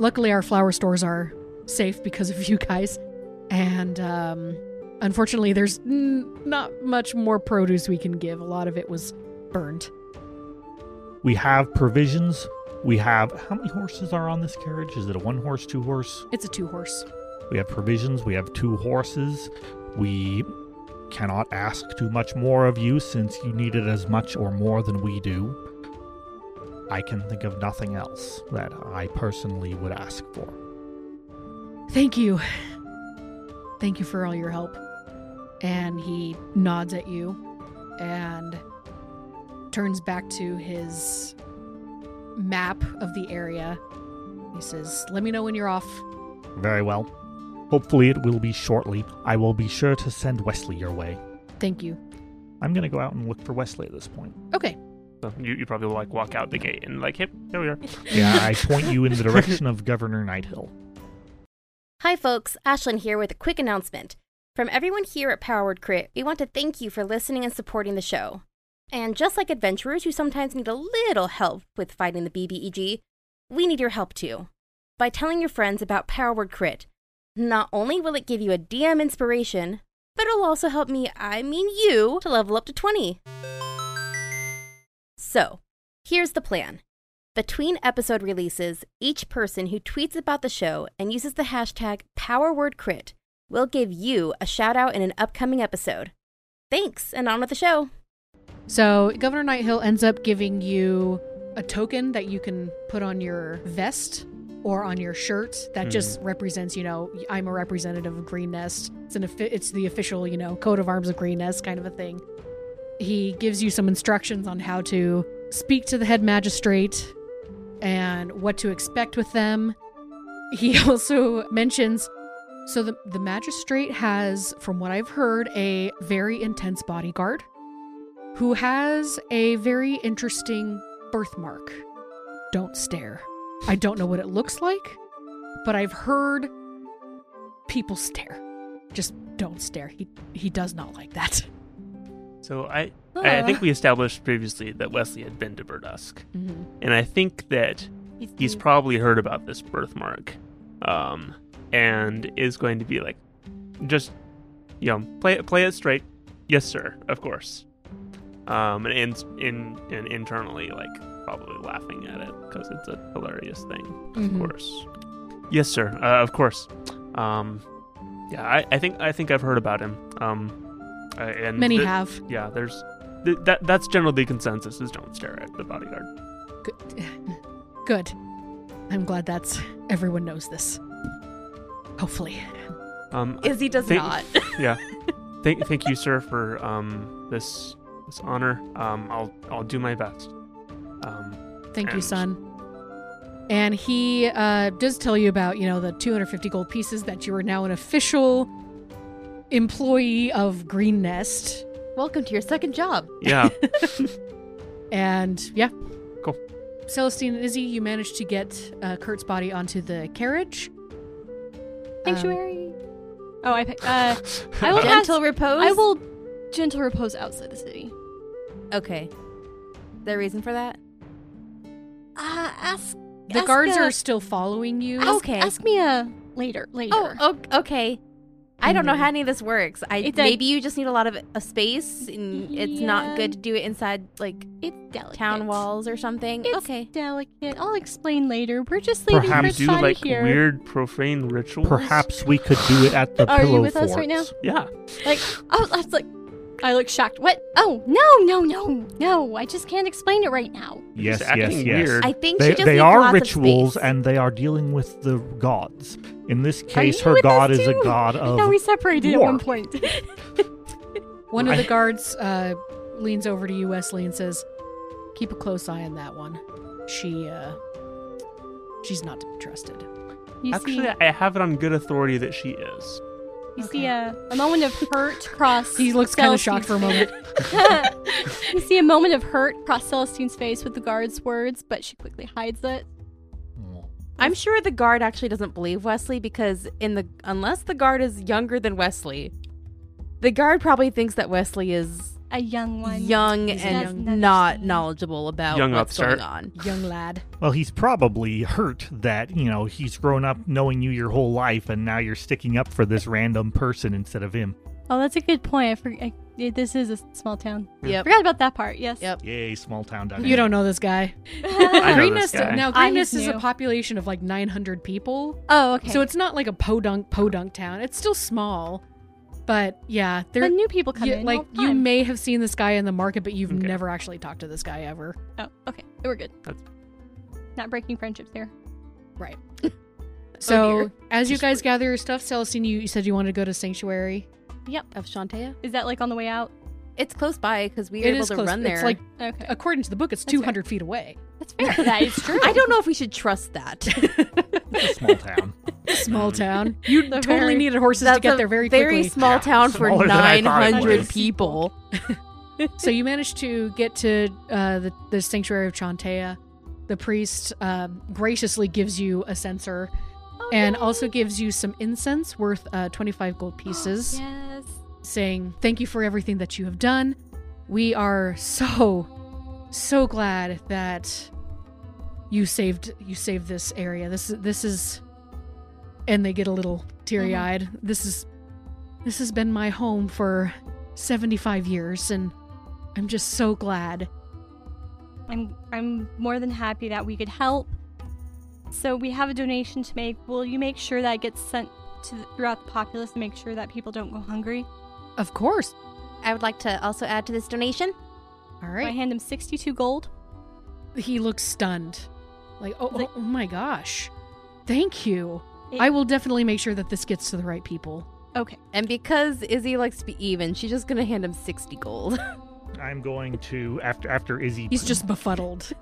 S1: Luckily, our flour stores are safe because of (laughs) you guys, and um, unfortunately, there's n- not much more produce we can give. A lot of it was burned.
S3: We have provisions. We have how many horses are on this carriage? Is it a one horse, two horse?
S1: It's a two horse.
S3: We have provisions. We have two horses. We cannot ask too much more of you since you needed as much or more than we do. I can think of nothing else that I personally would ask for.
S1: Thank you. Thank you for all your help. And he nods at you and turns back to his map of the area. He says, Let me know when you're off.
S3: Very well. Hopefully, it will be shortly. I will be sure to send Wesley your way.
S1: Thank you.
S3: I'm going to go out and look for Wesley at this point.
S1: Okay.
S4: So you, you probably like walk out the gate and like, yep, there we are.
S3: Yeah, I point you in the direction of Governor
S5: (laughs)
S3: Nighthill.
S2: Hi, folks. Ashlyn here with a quick announcement. From everyone here at Powered Crit, we want to thank you for listening and supporting the show. And just like adventurers who sometimes need a little help with fighting the BBEG, we need your help too. By telling your friends about Powered Crit, not only will it give you a DM inspiration, but it'll also help me, I mean you, to level up to 20. So, here's the plan. Between episode releases, each person who tweets about the show and uses the hashtag PowerWordCrit will give you a shout out in an upcoming episode. Thanks, and on with the show.
S1: So Governor Nighthill ends up giving you a token that you can put on your vest or on your shirt that just represents, you know, I'm a representative of Green Nest. It's an offi- it's the official, you know, coat of arms of Green Nest kind of a thing. He gives you some instructions on how to speak to the head magistrate and what to expect with them. He (laughs) also mentions so the the magistrate has from what I've heard a very intense bodyguard who has a very interesting birthmark. Don't stare. I don't know what it looks like, but I've heard people stare. Just don't stare. He he does not like that.
S4: So I, I I think we established previously that Wesley had been to Burdusk, and I think that he's probably heard about this birthmark, um, and is going to be like, just you know, play it play it straight. Yes, sir. Of course. Um, and in, in and internally like probably laughing at it because it's a hilarious thing.
S1: Mhm.
S4: Of course. Yes, sir. Uh, of course. Um, yeah, I, I think I think I've heard about him. Um, uh, and
S1: Many
S4: the-
S1: have.
S4: yeah, there's th- that. That's generally the consensus: is don't stare at the bodyguard.
S1: Good. Good. I'm glad that's everyone knows this. Hopefully.
S4: Um, I-
S2: Izzy does
S4: Thank-
S2: not.
S4: (laughs) yeah. Thank, thank you, sir, for um this this honor. Um, I'll I'll do my best. Um,
S1: Thank you,
S4: And-
S1: son. And he uh, does tell you about, you know, the 250 gold pieces that you are now an official employee of Green Nest.
S2: Welcome to your second job.
S4: yeah.
S1: And yeah.
S4: Cool.
S1: Celestine and Izzy, you managed to get uh, Kurt's body onto the carriage. Um,
S5: Sanctuary.
S2: um,
S5: oh, I. pick- Uh, (laughs)
S4: (laughs)
S5: I will
S2: Gentle
S5: ask-
S2: repose.
S5: I will gentle repose outside the city.
S2: Okay. Is there a reason for that?
S5: Uh, ask.
S1: The
S5: ask
S1: guards
S5: a-
S1: are still following you.
S5: ask-
S2: Okay.
S5: Ask me a later. Later.
S2: Oh, o- okay. I don't know
S1: Mhm.
S2: how any of this works. I
S5: It's a-
S2: maybe you just need Mm-hmm. a lot of a space, and it's
S5: Yeah.
S2: not good to do it inside like
S5: it's delicate.
S2: town walls or something.
S5: It's
S2: okay.
S5: delicate. I'll explain later. We're just leaving
S4: you
S3: Perhaps
S5: Fritz
S4: do
S5: out of
S4: like
S5: here.
S4: weird profane rituals.
S3: Perhaps we could do it at the
S5: Are you
S3: pillow
S5: with us
S3: forts.
S5: right now?
S4: Yeah.
S5: Like, I was, I was like, I look shocked. What? Oh no, no, no, no! I just can't explain it right now.
S3: Yes,
S4: Just
S3: yes,
S4: acting
S3: yes.
S4: weird.
S2: I think she
S3: They,
S2: just
S3: they
S2: needs
S3: are
S2: lots of
S3: rituals
S2: space.
S3: and they are dealing with the gods. In this case,
S5: you
S3: her
S5: with us
S3: god is a
S5: too?
S3: god
S5: No,
S3: of.
S5: we separated at
S3: war.
S5: one point. (laughs)
S1: One of
S3: I-
S1: the guards uh, leans over to you, Wesley, and says, "Keep a close eye on that one. She, uh, she's not to be trusted."
S5: You
S4: Actually,
S5: see,
S4: I have it on good authority that she is.
S5: you see a, a moment of hurt cross.
S1: He looks kind of shocked for a
S5: Celestine's (laughs)
S1: moment.
S5: you see a moment of hurt cross Celestine's face with the guard's words, but she quickly hides it.
S2: I'm sure the guard actually doesn't believe Wesley because in the unless the guard is younger than Wesley, the guard probably thinks that Wesley is
S5: A young one.
S2: young
S1: He's
S2: and
S5: young.
S2: not knowledgeable about
S4: Young
S2: what's
S4: upstart.
S2: going on.
S1: Young lad.
S3: Well, he's probably hurt that, you know, he's grown up knowing you your whole life and now you're sticking up for this random person instead of him.
S5: Oh, that's a good point. I forg I, yeah, this is a small town.
S2: Yep.
S5: Forgot about that part. Yes.
S2: Yep.
S3: Yay, small town dynamic.
S1: You don't know this guy.
S4: I know
S1: Green
S4: this
S1: Nest
S4: guy.
S1: now.
S5: I
S1: Green Nest is a
S5: knew.
S1: population of like 900 people,
S5: (laughs) Oh, okay.
S1: so it's not like a podunk podunk town. It's still small, but yeah,
S5: the
S1: they're
S5: new people come
S1: you-
S5: in. Oh,
S1: like
S5: all the
S1: you
S5: time.
S1: may have seen this guy in the market, but you've
S4: Okay.
S1: never actually talked to this guy ever.
S5: Oh, okay. We're good.
S4: That's
S5: Not breaking friendships here.
S1: Right. (laughs) So
S2: dear.
S1: as you
S4: Just
S1: guys
S4: wait.
S1: gather your stuff, Celestine, you, you said you wanted to go to Sanctuary.
S2: of Shantea.
S5: Is that like on the way out?
S2: It's close by because we were
S1: It
S2: able
S1: is
S2: to
S1: close.
S2: run there.
S1: It's
S2: (laughs)
S1: like
S5: Okay.
S1: according to the book, it's
S5: That's fair.
S1: two hundred feet away.
S5: (laughs) That's fair. that is true.
S2: I don't know if we should trust (laughs) that.
S3: It's a small town.
S1: Small town. You
S5: The
S1: totally
S5: very-
S1: needed horses to
S2: That's
S1: get
S2: a
S1: there very,
S2: very
S1: quickly.
S2: small
S4: Yeah,
S2: town for
S3: smaller than I thought it
S2: 900
S5: was.
S2: people.
S1: so you managed to get to uh, the, the sanctuary of Chantea. The priest um, graciously gives you a censer
S5: Oh,
S1: and
S5: yay.
S1: also gives you some incense worth uh, 25 gold pieces,
S5: (gasps) Yes.
S1: saying, Thank you for everything that you have done. We are so, so glad that you saved you saved this area. This this is and they get a little teary eyed.
S5: Mm-hmm.
S1: This is this has been my home for 75 years and I'm just so glad.
S5: I'm I'm more than happy that we could help. So we have a donation to make. Will you make sure that gets sent to the, throughout the populace and make sure that people don't go hungry?
S1: Of course.
S2: I would like to also add to this donation.
S1: All
S5: Do I
S1: right.
S5: hand him 62 gold.
S1: He looks stunned. Like, oh,
S5: Like-
S1: oh, oh my gosh. Thank you.
S5: It-
S1: I will definitely make sure that this gets to the right people.
S5: Okay.
S2: And because Izzy likes to be even, she's just going to hand him 60
S3: (laughs)
S2: gold.
S3: I'm going to after after Izzy
S1: He's just befuddled.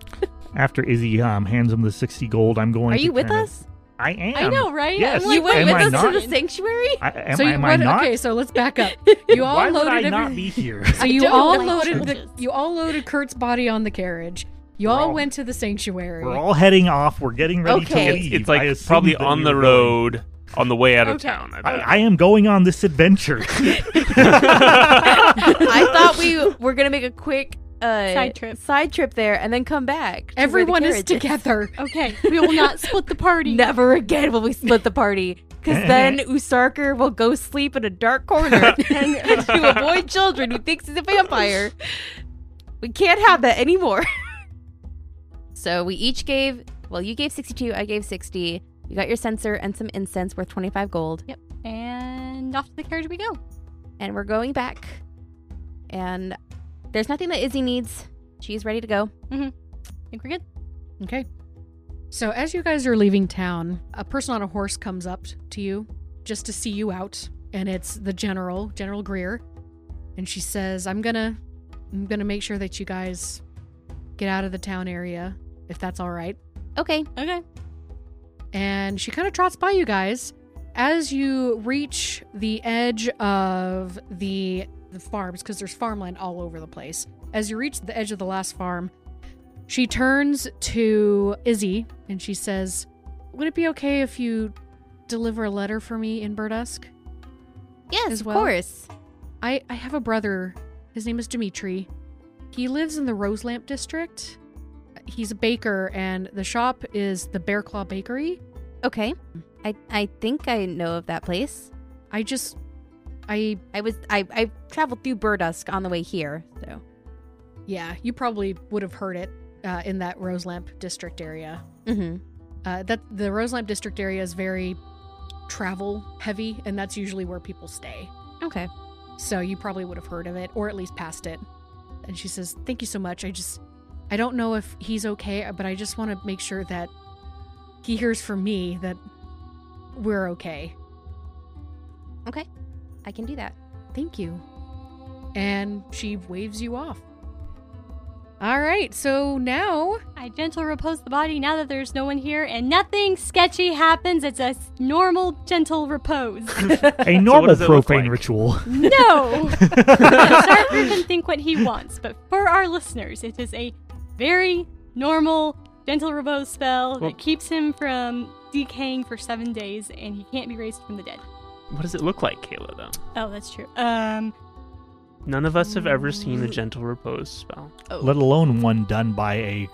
S3: after Izzy um, hands him the sixty gold. I'm going.
S2: Are
S3: to
S2: you with
S3: kind of-
S2: us?
S3: I am.
S5: I know, right?
S3: Yes.
S5: I'm
S2: you
S5: like,
S2: went
S3: am
S2: with
S3: I
S2: us
S3: not?
S2: to the
S3: (laughs)
S2: sanctuary?
S3: I, am
S1: so you,
S3: I, am I
S1: what-
S3: not?
S1: Okay, so let's back
S3: (laughs)
S1: up. You all
S3: Why would
S1: loaded
S3: I
S1: every-
S3: not be here?
S1: So you
S5: don't
S1: all
S5: like
S1: loaded the,
S5: churches.
S1: you all loaded Kurt's body on the carriage. You
S3: We're
S1: all,
S3: all-
S1: went to the sanctuary.
S3: We're all heading off. We're getting ready
S2: Okay.
S3: to
S2: It's-
S3: leave.
S4: It's
S3: I
S4: like
S3: assumed
S4: probably
S3: that
S4: on
S3: we
S4: the
S3: were
S4: road on the way out of
S5: Okay.
S4: town. I
S3: going.
S4: bet.
S3: I, I am going on this
S4: (laughs)
S3: adventure.
S2: I thought we were going to make a quick uh,
S5: Side trip.
S2: side trip there and then come back. to where the
S1: Everyone is
S2: carriage
S1: together.
S5: Okay. We will not split the
S2: (laughs)
S5: party.
S2: Never again will we split the party. Because then Usarker will go sleep in a dark corner and to avoid children who thinks he's a vampire. We can't have that anymore. (laughs) so we each gave, well, you gave 62, I gave 60. You got your censer and some incense worth 25 gold.
S5: And off to the carriage we go.
S2: And we're going back. And there's nothing that Izzy needs. She's ready to go.
S5: think we're good.
S1: Okay. So as you guys are leaving town, a person on a horse comes up to you just to see you out, and it's the general, General Greer, and she says, "I'm gonna, I'm gonna make sure that you guys get out of the town area, if that's all right."
S2: Okay.
S5: Okay.
S1: and she kind of trots by you guys as you reach the edge of the the farms because there's farmland all over the place as you reach the edge of the last farm she turns to izzy and she says would it be okay if you deliver a letter for me in burdusk
S2: Yes,
S1: As
S2: of
S1: well.
S2: course.
S1: i i have a brother his name is dimitri he lives in the roselamp district he's a baker and the shop is the bear claw bakery
S2: Okay. I, I think I know of that place.
S1: i just i
S2: I was I I traveled through Burdusk on the way here, so
S1: Yeah, you probably would have heard it uh, in that Roselamp district area.
S2: mm-hmm.
S1: Uh, that the Roselamp district area is very travel heavy, and that's usually where people stay.
S2: okay.
S1: So you probably would have heard of it, or at least passed it. And she says, "Thank you so much. I just, I don't know if he's okay, but I just want to make sure that he hears from me that we're okay."
S2: Okay, I can do that.
S1: Thank you. And she waves you off. All right, so now
S5: I gentle repose the body now that there's no one here and nothing sketchy happens. It's a s- normal gentle repose.
S3: a
S4: what
S3: normal
S4: does it look
S3: profane
S4: like?
S3: ritual.
S5: no. Sarker can think what he wants, but for our listeners, it is a very normal gentle repose spell
S4: Well-
S5: that keeps him from decaying for seven days, and he can't be raised from the dead.
S4: what does it look like, Kayla? Though
S5: Oh, that's true. Um,
S4: none of us have ever seen a gentle repose spell.
S3: let alone one done by a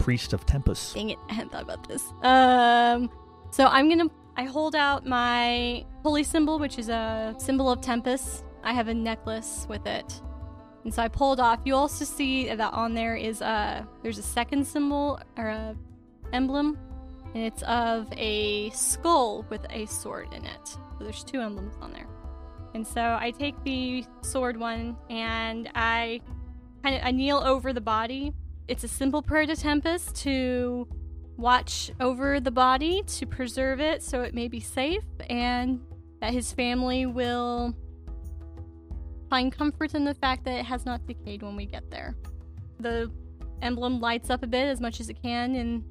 S3: priest of Tempest.
S5: (laughs) dang it, I hadn't thought about this. Um, so I'm gonna. I hold out my holy symbol, which is a symbol of Tempest. I have a necklace with it, and so I pulled off. You also see that on there is a there's a second symbol or a emblem, and it's of a skull with a sword in it. So there's two emblems on there, and so I take the sword one and I kind of I kneel over the body it's a simple prayer to Tempest to watch over the body to preserve it so it may be safe, and that his family will find comfort in the fact that it has not decayed when we get there. The emblem lights up a bit as much as it can in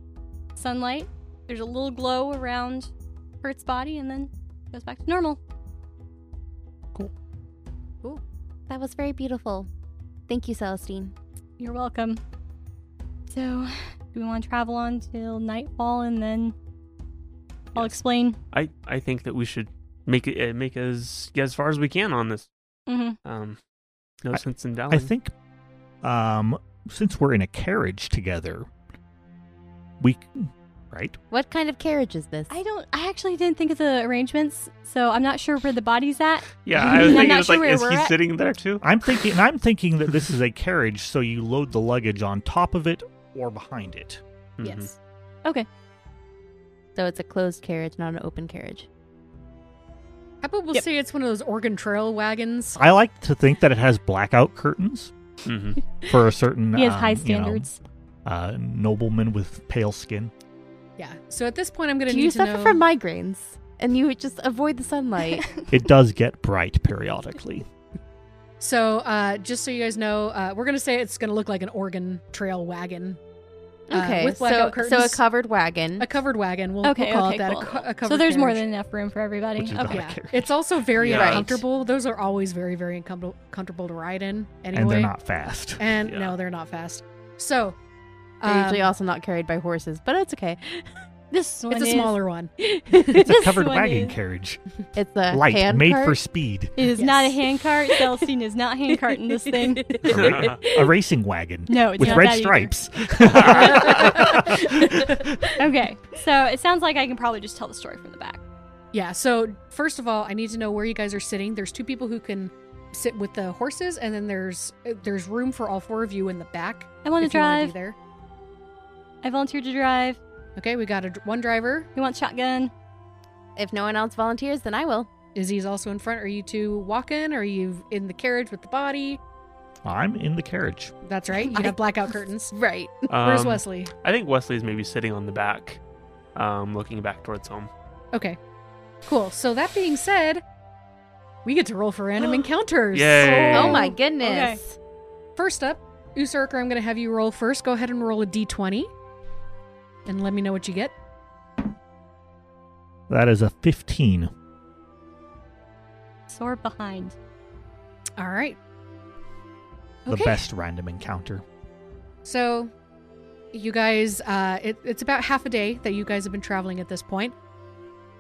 S5: sunlight. There's a little glow around Kurt's body, and then goes back to normal.
S6: That was very beautiful. Thank you, Celestine.
S5: You're welcome. So, do we want to travel on till nightfall, and then I'll
S4: Yes.
S5: explain.
S4: I, I think that we should make it uh, make as get as far as we can on this.
S5: Mm-hmm.
S4: Um, no
S3: I-
S4: sense in doubting.
S3: I think um since we're in a carriage together, we c- right?
S6: What kind of carriage is this?
S5: I don't. I actually didn't think of the arrangements, so I'm not sure where the body's at.
S4: Yeah, I was
S5: I'm
S4: thinking
S5: not
S4: it's
S5: sure
S4: like,
S5: where
S4: is
S5: we're
S4: he
S5: at.
S4: sitting there too?
S3: I'm thinking and I'm thinking that this is a carriage so you load the luggage on top of it or behind it.
S4: Mhm.
S1: Yes.
S5: Okay.
S6: So it's a closed carriage, not an open carriage.
S1: How about we'll
S5: Yep.
S1: say it's one of those Oregon Trail wagons?
S3: I like to think that it has blackout curtains
S4: Mhm.
S3: for a certain
S5: He has high
S3: um, you know,
S5: standards.
S3: uh nobleman with pale skin.
S1: Yeah. So at this point, I'm going to
S6: Do
S1: need
S6: you
S1: to
S6: suffer
S1: know- Uh,
S6: from migraines? And you would just avoid the (laughs) sunlight.
S3: It does get bright
S5: (laughs)
S3: periodically.
S1: So, uh, just so you guys know, uh, we're gonna say it's gonna look like an Oregon Trail wagon. uh,
S6: okay,
S1: with
S6: so
S1: blackout
S6: so a
S1: curtains.
S6: covered wagon.
S1: A covered wagon. We'll,
S5: okay.
S1: we'll call
S5: okay.
S1: it that.
S5: cool.
S1: A, co- a covered.
S5: so there's more
S1: carriage. Oh,
S5: than enough room for everybody.
S3: Which is
S5: Okay.
S3: not
S1: Yeah,
S3: a carriage.
S1: it's also very
S4: Yeah. Right.
S1: uncomfortable. Those are always very, very uncomfortable comfortable to ride in. Anyway,
S3: And they're not
S5: (laughs)
S3: fast.
S1: And
S4: Yeah.
S1: no, they're not fast. So,
S6: They're
S1: um,
S6: uh, usually also not carried by horses, but it's okay.
S5: This one
S1: it's a
S5: is-
S1: smaller one.
S3: It's a
S5: This
S3: covered
S5: one
S3: wagon
S5: is-
S3: carriage.
S6: It's a
S3: Light,
S6: hand
S3: made for
S6: cart.
S3: speed.
S5: (laughs) It is not a
S1: Yes.
S5: hand cart. Celestine is not hand carting this thing.
S3: A,
S4: mm-hmm.
S3: ra- a racing wagon.
S5: No, it's
S3: with
S5: not
S3: red
S5: that either.
S3: stripes.
S5: Okay. So it sounds like I can probably just tell the story from the back.
S1: Yeah. So first of all, I need to know where you guys are sitting. There's two people who can sit with the horses, and then there's there's room for all four of you in the back.
S5: I want to
S1: if you wanna be
S5: drive.
S1: there.
S5: I volunteered to drive.
S1: Okay, we got a dr- one driver.
S5: He wants shotgun.
S6: If no one else volunteers, then I will.
S1: Izzy's also in front. Are you two walking? Are you in the carriage with the body?
S3: I'm in the carriage.
S1: That's right. You
S6: I-
S1: have blackout curtains.
S6: Right.
S1: Where's
S4: (laughs) Um,
S1: Wesley?
S4: I think Wesley's maybe sitting on the back, um, looking back towards home.
S1: Okay. Cool. So that being said, we get to roll for
S4: (gasps)
S1: random encounters.
S4: Yay.
S6: Oh my
S5: Okay.
S6: goodness.
S1: First up, Usurker, I'm going to have you roll first. Go ahead and roll a d20 and let me know what you get.
S3: That is a 15.
S5: Soar behind.
S1: All right.
S3: The best random encounter.
S1: So, you guys, uh, it, it's about half a day that you guys have been traveling at this point.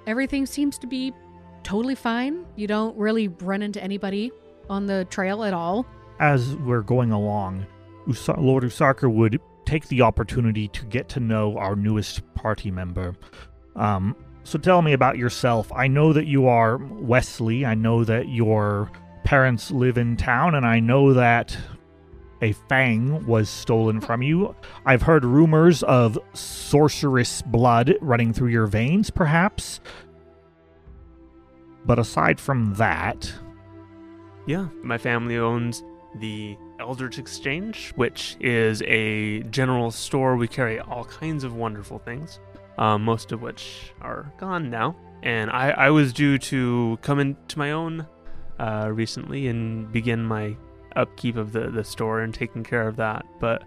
S1: Everything seems to be totally fine. You don't really run into anybody on the trail at all.
S3: As we're going along, Usa- Lord Usarker would take the opportunity to get to know our newest party member. Um, so tell me about yourself. I know that you are Wesley. I know that your parents live in town, and I know that a fang was stolen from you. I've heard rumors of sorceress blood running through your veins, perhaps. But aside from that,
S4: Yeah, my family owns the Eldritch Exchange, which is a general store. We carry all kinds of wonderful things, um, most of which are gone now. And I, I was due to come into my own uh, recently and begin my upkeep of the, the store and taking care of that. But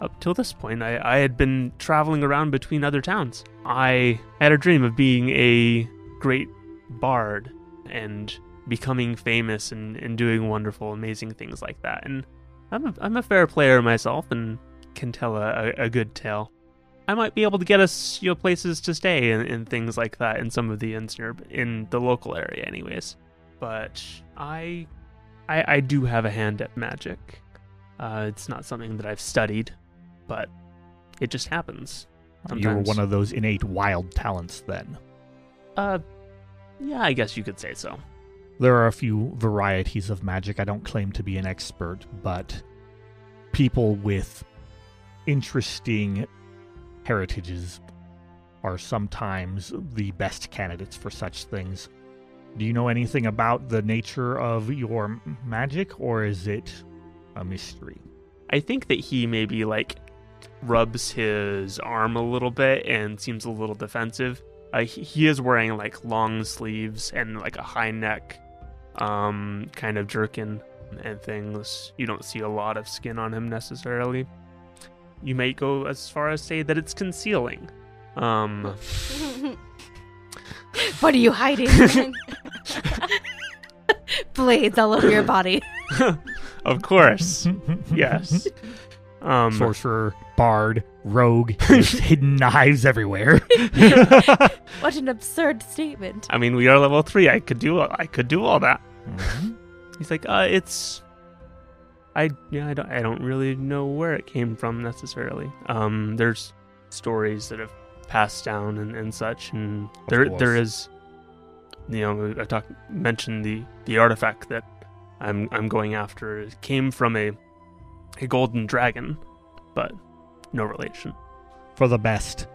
S4: up till this point, I, I had been traveling around between other towns. I had a dream of being a great bard and becoming famous and, and doing wonderful, amazing things like that. And I'm a, I'm a fair player myself and can tell a, a, a good tale. I might be able to get us you know, places to stay and, and things like that in some of the inns near, in the local area, anyways. But I, I, I do have a hand at magic. Uh, it's not something that I've studied, but it just happens.
S3: you were
S4: Sometimes.
S3: one of those innate wild talents then.
S4: Uh, yeah, I guess you could say so.
S3: There are a few varieties of magic. I don't claim to be an expert, but people with interesting heritages are sometimes the best candidates for such things. Do you know anything about the nature of your m- magic, or is it a mystery?
S4: I think that he maybe like rubs his arm a little bit and seems a little defensive. Uh, he, he is wearing like long sleeves and like a high neck um, kind of jerkin and things. You don't see a lot of skin on him necessarily. You may go as far as say that it's concealing. Um,
S6: What are you hiding?
S5: (laughs)
S6: Blades all over your body.
S3: (laughs)
S4: of course, yes. Um,
S3: Sorcerer, bard,
S4: (laughs)
S3: rogue, just hidden knives everywhere.
S6: What an absurd statement.
S4: I mean, we are level three. I could do. I could do all that.
S3: Mm-hmm.
S4: He's like, uh, it's. I yeah, I don't. I don't really know where it came from necessarily. Um, there's stories that have passed down and, and such, and
S3: Of
S4: there
S3: course.
S4: there is. You know, I talked mentioned the the artifact that I'm I'm going after It came from a a golden dragon, but no relation.
S3: For the best.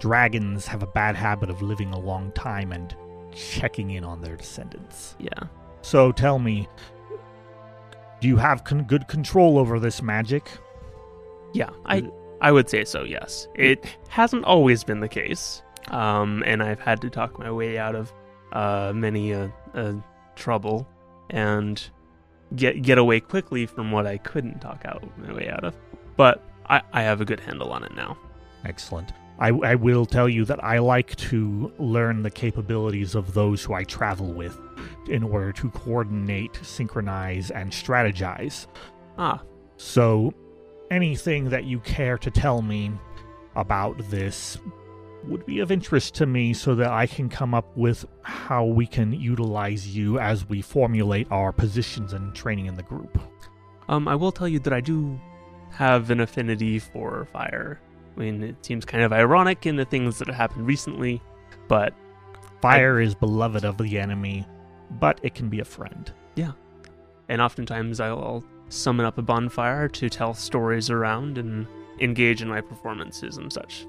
S3: Dragons have a bad habit of living a long time and checking in on their descendants.
S4: Yeah.
S3: So tell me, do you have con- good control over this magic?
S4: Yeah, I I would say so. Yes, it hasn't always been the case, um, and I've had to talk my way out of uh, many uh, uh, trouble and get get away quickly from what I couldn't talk out my way out of. But I, I have a good handle on it now.
S3: Excellent. I, I will tell you that I like to learn the capabilities of those who I travel with in order to coordinate, synchronize, and strategize.
S4: Ah,
S3: So, anything that you care to tell me about this would be of interest to me so that I can come up with how we can utilize you as we formulate our positions and training in the group.
S4: um, I will tell you that I do have an affinity for fire. I mean, it seems kind of ironic in the things that have happened recently, but
S3: Fire is beloved of the enemy, but it can be a friend.
S4: and oftentimes I'll, I'll summon up a bonfire to tell stories around and engage in my performances and such.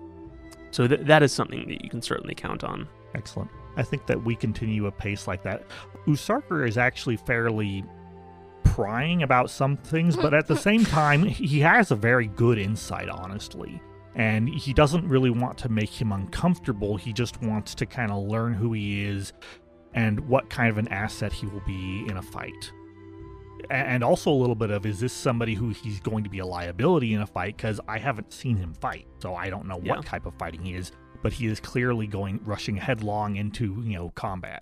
S4: So th- that is something that you can certainly count on.
S3: Excellent. I think that we continue a pace like that. Usarker is actually fairly prying about some things, but at the same time, he has a very good insight, honestly. And he doesn't really want to make him uncomfortable. He just wants to kind of learn who he is and what kind of an asset he will be in a fight. A- And also a little bit of is this somebody who he's going to be a liability in a fight? Because I haven't seen him fight, so I don't know
S4: Yeah.
S3: what type of fighting he is but he is clearly going rushing headlong into you know combat.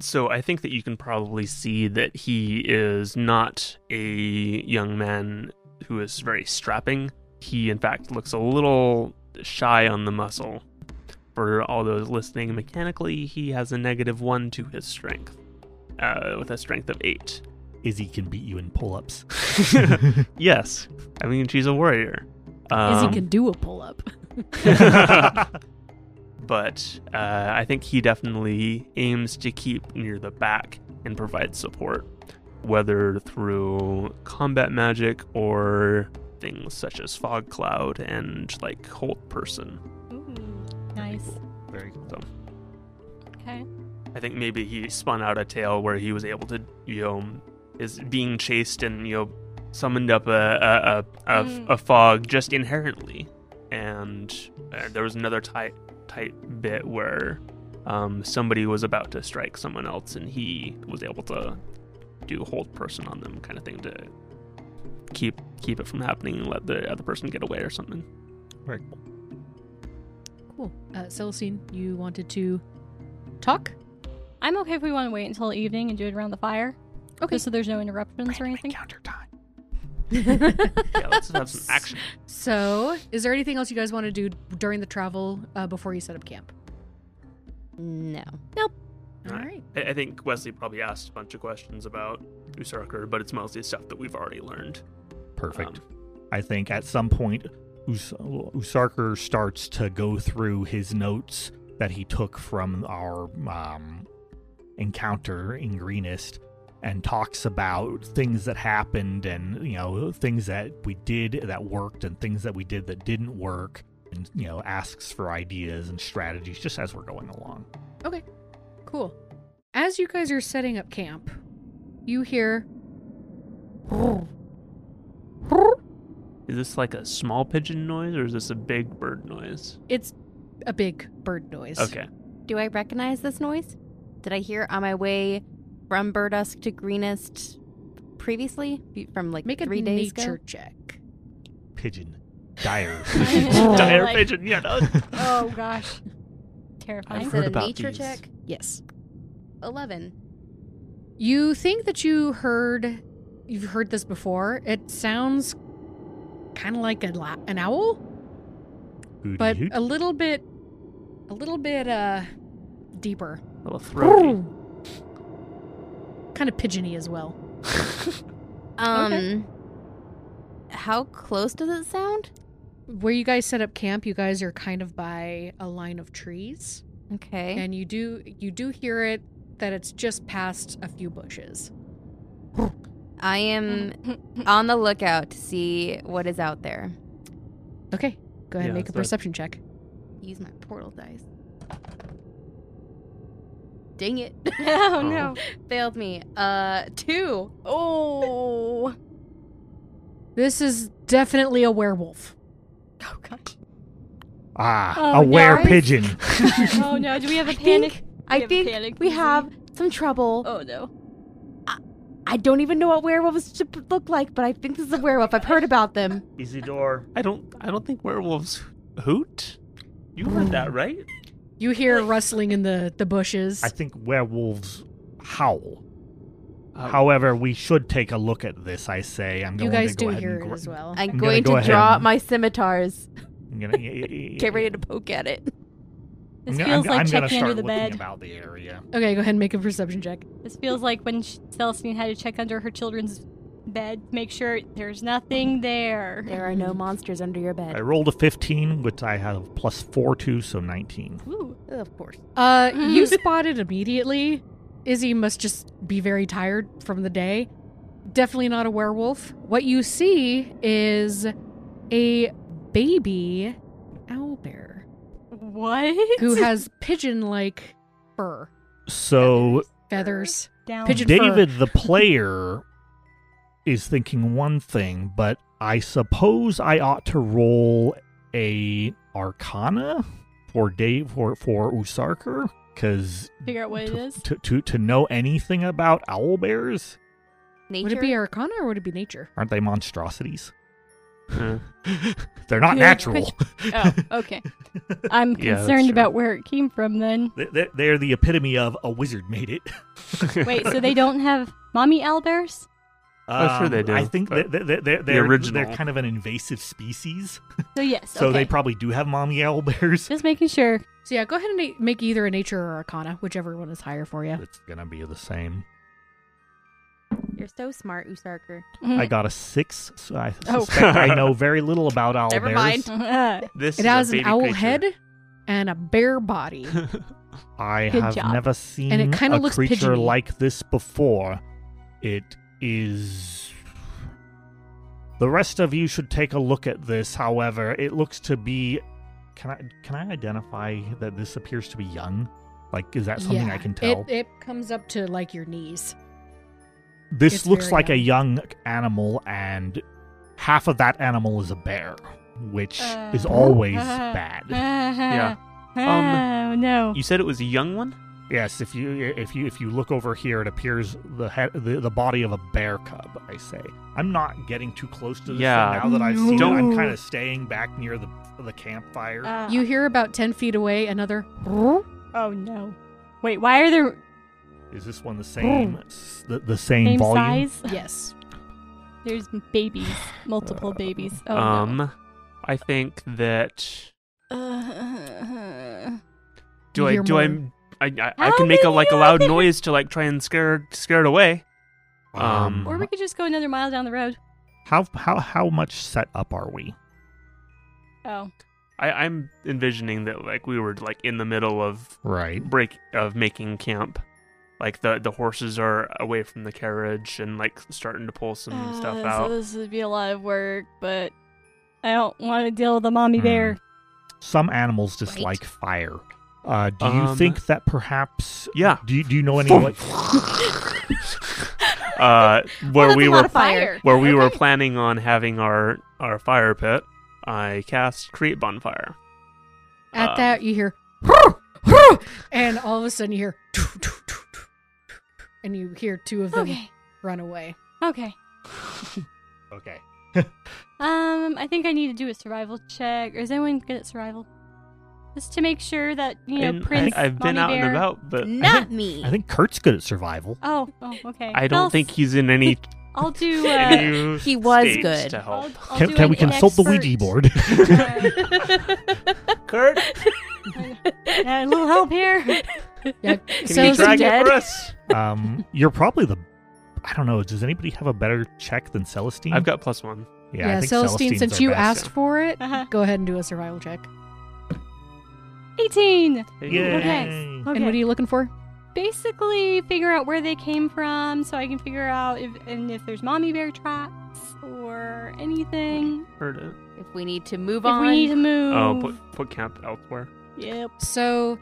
S4: So I think that you can probably see that he is not a young man who is very strapping. He, in fact, looks a little shy on the muscle. For all those listening, mechanically, he has a negative one to his strength, uh, with a strength of eight. (laughs)
S3: Izzy can beat you in pull-ups. (laughs)
S4: Yes. I mean, she's a warrior.
S1: Izzy
S4: Um,
S1: can do a pull up.
S4: (laughs) but uh, I think he definitely aims to keep near the back and provide support, whether through combat magic or things such as fog cloud and like hold person.
S5: Ooh, nice.
S3: Very
S4: So
S5: Okay.
S4: I think maybe he spun out a tale where he was able to, you know, is being chased and you know summoned up a a, a, a,
S5: Mm.
S4: a fog just inherently, and uh, there was another tight tight bit where um, somebody was about to strike someone else and he was able to do hold person on them kind of thing to keep keep it from happening and let the other person get away or something.
S3: very cool.
S1: Cool. Uh, Celestine, you wanted to talk?
S5: I'm okay if we want to wait until evening and do it around the fire.
S1: Okay.
S5: Just so there's no
S4: Oh
S5: interruptions or anything.
S4: Counter time. (laughs) Yeah, let's have some action.
S1: So, is there anything else you guys want to do during the travel uh, before you set up camp?
S6: No.
S1: All right.
S4: I, I think Wesley probably asked a bunch of questions about Usarker, but it's mostly stuff that we've already learned.
S3: Perfect.
S4: Um,
S3: I think at some point Us- Usarker starts to go through his notes that he took from our um, encounter in Greenest and talks about things that happened and you know things that we did that worked and things that we did that didn't work and you know asks for ideas and strategies just as we're going along.
S1: Okay. Cool. As you guys are setting up camp, you hear
S4: Is this like a small pigeon noise or is this a big bird noise?
S1: It's a big bird noise.
S4: Okay.
S6: Do I recognize this noise? Did I hear it on my way from Burdusk to Greenest previously? Be- From like
S1: Make a
S6: three days
S1: nature
S6: ago?
S1: check.
S3: Pigeon. Dire.
S5: Oh,
S4: Dire
S5: like-
S4: pigeon, yeah. no.
S5: Oh gosh, terrifying.
S2: Is
S4: heard
S2: it a
S4: about
S2: nature
S4: these.
S2: check?
S1: Yes.
S2: 11.
S1: You think that you heard you've heard this before. It sounds kind of like a la- an owl,
S3: Hooty
S1: but
S3: hoot.
S1: a little bit a little bit uh deeper.
S4: little throaty.
S1: Kind of pigeony as well.
S2: Um, How close does it sound?
S1: Where you guys set up camp, you guys are kind of by a line of trees,
S6: Okay.
S1: and you do you do hear it that it's just past a few bushes.
S6: I am on the lookout to see what is out there.
S1: Okay, go ahead
S4: Yeah,
S1: and make a
S4: so-
S1: perception check.
S2: Use my portal dice. Dang it.
S5: (laughs) oh no.
S2: Failed me. Uh, two. Oh.
S1: This is definitely a werewolf.
S5: Oh gosh.
S3: ah,
S5: Oh,
S3: a were
S5: guys.
S3: pigeon.
S5: (laughs) Oh no. Do we have a
S2: think-
S5: panic?
S2: I
S5: have a
S2: think
S5: panic,
S2: we
S5: Lizzie.
S2: have some trouble.
S5: Oh no.
S2: I don't even know what werewolves should look like, but I think this is a werewolf. I've heard about (laughs) them.
S3: Isidore.
S4: I don't I don't think werewolves hoot. You heard that, right?
S1: You hear rustling in the the bushes.
S3: I think werewolves howl. Oh.
S4: Uh,
S3: However, we should take a look at this. I say I'm
S1: you
S3: going
S1: guys
S3: to go
S1: do
S3: ahead
S1: hear
S3: and
S1: it
S3: gr-
S1: as well.
S2: I'm,
S3: gonna
S2: going
S3: go
S2: to
S3: ahead
S2: draw out
S3: and-
S2: my scimitars.
S3: I'm gonna, get (laughs)
S2: Get ready to poke at it.
S3: I'm
S5: This
S3: gonna,
S5: feels
S3: I'm,
S5: like
S3: I'm gonna
S5: checking
S3: start
S5: under the
S3: looking
S5: bed.
S3: about the area.
S1: Okay, go ahead and make a perception check.
S5: This feels like when Sh- Celestine had to check under her children's bed, make sure there's nothing there.
S6: There are no monsters under your
S3: I
S6: bed.
S3: rolled a 15, which I have plus four to, so 19.
S5: Ooh.
S2: Of course.
S1: Uh, you spotted immediately. Izzy must just be very tired from the day. Definitely not a werewolf. What you see is a baby owlbear
S5: What?
S1: who has pigeon-like fur,
S3: So
S1: feathers.
S5: Down.
S1: Pigeon fur.
S3: David, the player, is thinking one thing, but I suppose I ought to roll a Arcana for Dave for for Usarker because
S5: Figure out what it is.
S3: to, to to know anything about owl bears,
S6: Nature.
S1: Would it be Arcana or would it be nature?
S3: aren't they monstrosities?
S4: Huh.
S3: They're not
S5: Good
S3: natural. (laughs)
S5: Oh, okay. I'm
S4: Yeah, that's
S5: concerned
S4: true.
S5: about where it came from then.
S3: They- They're, they're the epitome of a wizard made it.
S5: Wait, so they don't have mommy owlbears?
S4: Oh, sure they do,
S3: Um, I think
S4: but
S3: that they, they, are
S4: original.
S3: They're kind of an invasive species,
S5: So yes,
S3: so
S5: okay.
S3: they probably do have mommy owl bears.
S5: Just making sure.
S1: So yeah, go ahead and na- make either a nature or Arcana, whichever one is higher for you.
S3: It's gonna be the same.
S6: You're so smart, Usarker.
S3: I
S5: (laughs)
S3: got a six, so I
S5: Hmm. Oh.
S3: suspect
S4: (laughs)
S3: I know very little about owl
S2: Never mind.
S3: bears.
S5: got.
S4: This
S1: It
S4: is a
S1: has an
S4: baby
S1: owl
S4: creature. (laughs)
S1: head and a bear body.
S3: I
S5: Good
S3: have
S5: job.
S3: never seen
S1: it kinda
S3: a
S1: looks
S3: creature
S1: pigeony.
S3: like this before. It is. The rest of you should take a look at this. However, it looks to be. Can I can I identify that this appears to be young? Like, is that something I
S1: Yeah,
S3: can tell?
S1: It, it comes up to like your knees.
S3: this
S1: it's
S3: looks
S1: very
S3: like a young animal, and half of that animal is a bear, which is
S1: (laughs)
S5: Uh,
S3: always
S5: uh,
S3: bad.
S5: yeah.
S4: Um,
S5: oh no.
S4: You said it was a young one?
S3: Yes, if you if you if you look over here, it appears the head, the, the body of a bear cub. I say, I'm not getting too close to this.
S4: Yeah.
S3: thing now that I've seen it, I'm
S4: No.
S3: kind of staying back near the the campfire.
S5: Uh,
S1: You hear about 10 feet away another.
S5: Oh no. Wait, why are there
S3: Is this one the same s- the, the same,
S5: oh. same
S3: volume?
S5: size?
S1: Yes.
S5: There's babies, multiple
S3: Uh,
S5: babies. Oh
S4: um,
S5: no.
S4: I think that
S5: Uh,
S4: do I
S1: You're
S4: do I,
S1: more-
S4: I I I
S5: How
S4: can make a
S5: many
S4: like a
S5: are
S4: loud
S5: there?
S4: noise to like try and scare scare it away. Um,
S3: uh-huh.
S5: or we could just go another mile down the road.
S3: how how how much set up are we?
S5: Oh.
S4: I I'm envisioning that like we were like in the middle of
S3: Right.
S4: break of making camp. Like the the horses are away from the carriage and like starting to pull some stuff out.
S5: Uh, So Ah, this would be a lot of work, but I don't want to deal with a mommy
S3: Hmm.
S5: bear.
S3: Some animals dislike fire. Uh, do you
S4: Um,
S3: think that perhaps?
S4: yeah. (laughs)
S3: Do you, do you know any? like,
S4: uh, where
S6: that's
S4: we
S6: a
S4: were
S6: modifier.
S4: where we were
S6: Okay.
S4: planning on having our our fire pit, I cast create bonfire.
S1: At
S4: Um,
S1: that, you hear, "Hur! Hur!" and all of a sudden you hear, "Tw, tw, tw, tw, tw, tw," and you hear two of them
S5: Okay.
S1: run
S5: (laughs)
S1: away.
S5: Okay.
S3: Okay.
S5: Um, I think I need to do a survival check. Or is anyone good at survival? Just to make sure that you know
S4: And
S5: Prince.
S4: I, have been
S5: Mommy
S4: out
S5: Bear.
S4: and about,
S3: Uh,
S4: but I
S3: (laughs)
S6: Not
S4: think-
S6: me.
S3: I think Kurt's good at survival.
S5: Oh, oh, okay.
S4: I don't
S5: I'll
S4: think
S5: s-
S4: he's in any. (laughs)
S5: I'll do. Uh,
S4: any
S6: He was
S4: states
S6: good.
S4: To
S5: I'll,
S4: help.
S5: I'll
S3: can
S5: do
S3: can
S5: an
S3: we consult the Ouija
S5: expert,
S3: board? (laughs)
S5: uh, (laughs)
S4: Kurt,
S5: a little help (laughs) here.
S1: Yeah,
S4: can
S1: so
S4: you
S1: is
S4: drag
S1: the
S4: it
S1: dead.
S4: for us?
S3: um, you're probably the. I don't know. Does anybody have a better check than Celestine?
S4: I've got plus one.
S1: Yeah,
S3: Yeah, I think
S1: Celestine,
S3: Celestine's
S1: since
S3: our
S1: you
S3: best.
S1: asked for it,
S5: Uh-huh.
S1: go ahead and do a survival check.
S5: 18.
S3: Yay.
S5: Okay. Okay.
S1: And what are you looking for?
S5: Basically, figure out where they came from, so I can figure out if and if there's mommy bear traps or anything.
S4: Heard it.
S6: if we need to move
S5: If
S6: on,
S5: we need to move.
S4: Oh, put, put camp elsewhere.
S5: Yep.
S1: So,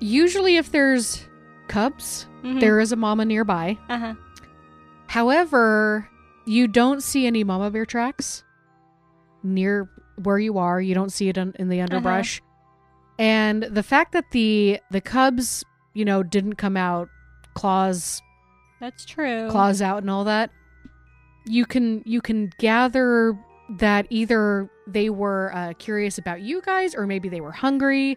S1: usually if there's cubs,
S5: Mhm.
S1: there is a mama nearby.
S5: Uh-huh.
S1: However, you don't see any mama bear tracks near where you are. You don't see it in, in the underbrush. And the fact that the the cubs, you know, didn't come out claws
S5: That's true.
S1: claws out and all that, you can you can gather that either they were uh, curious about you guys or maybe they were hungry.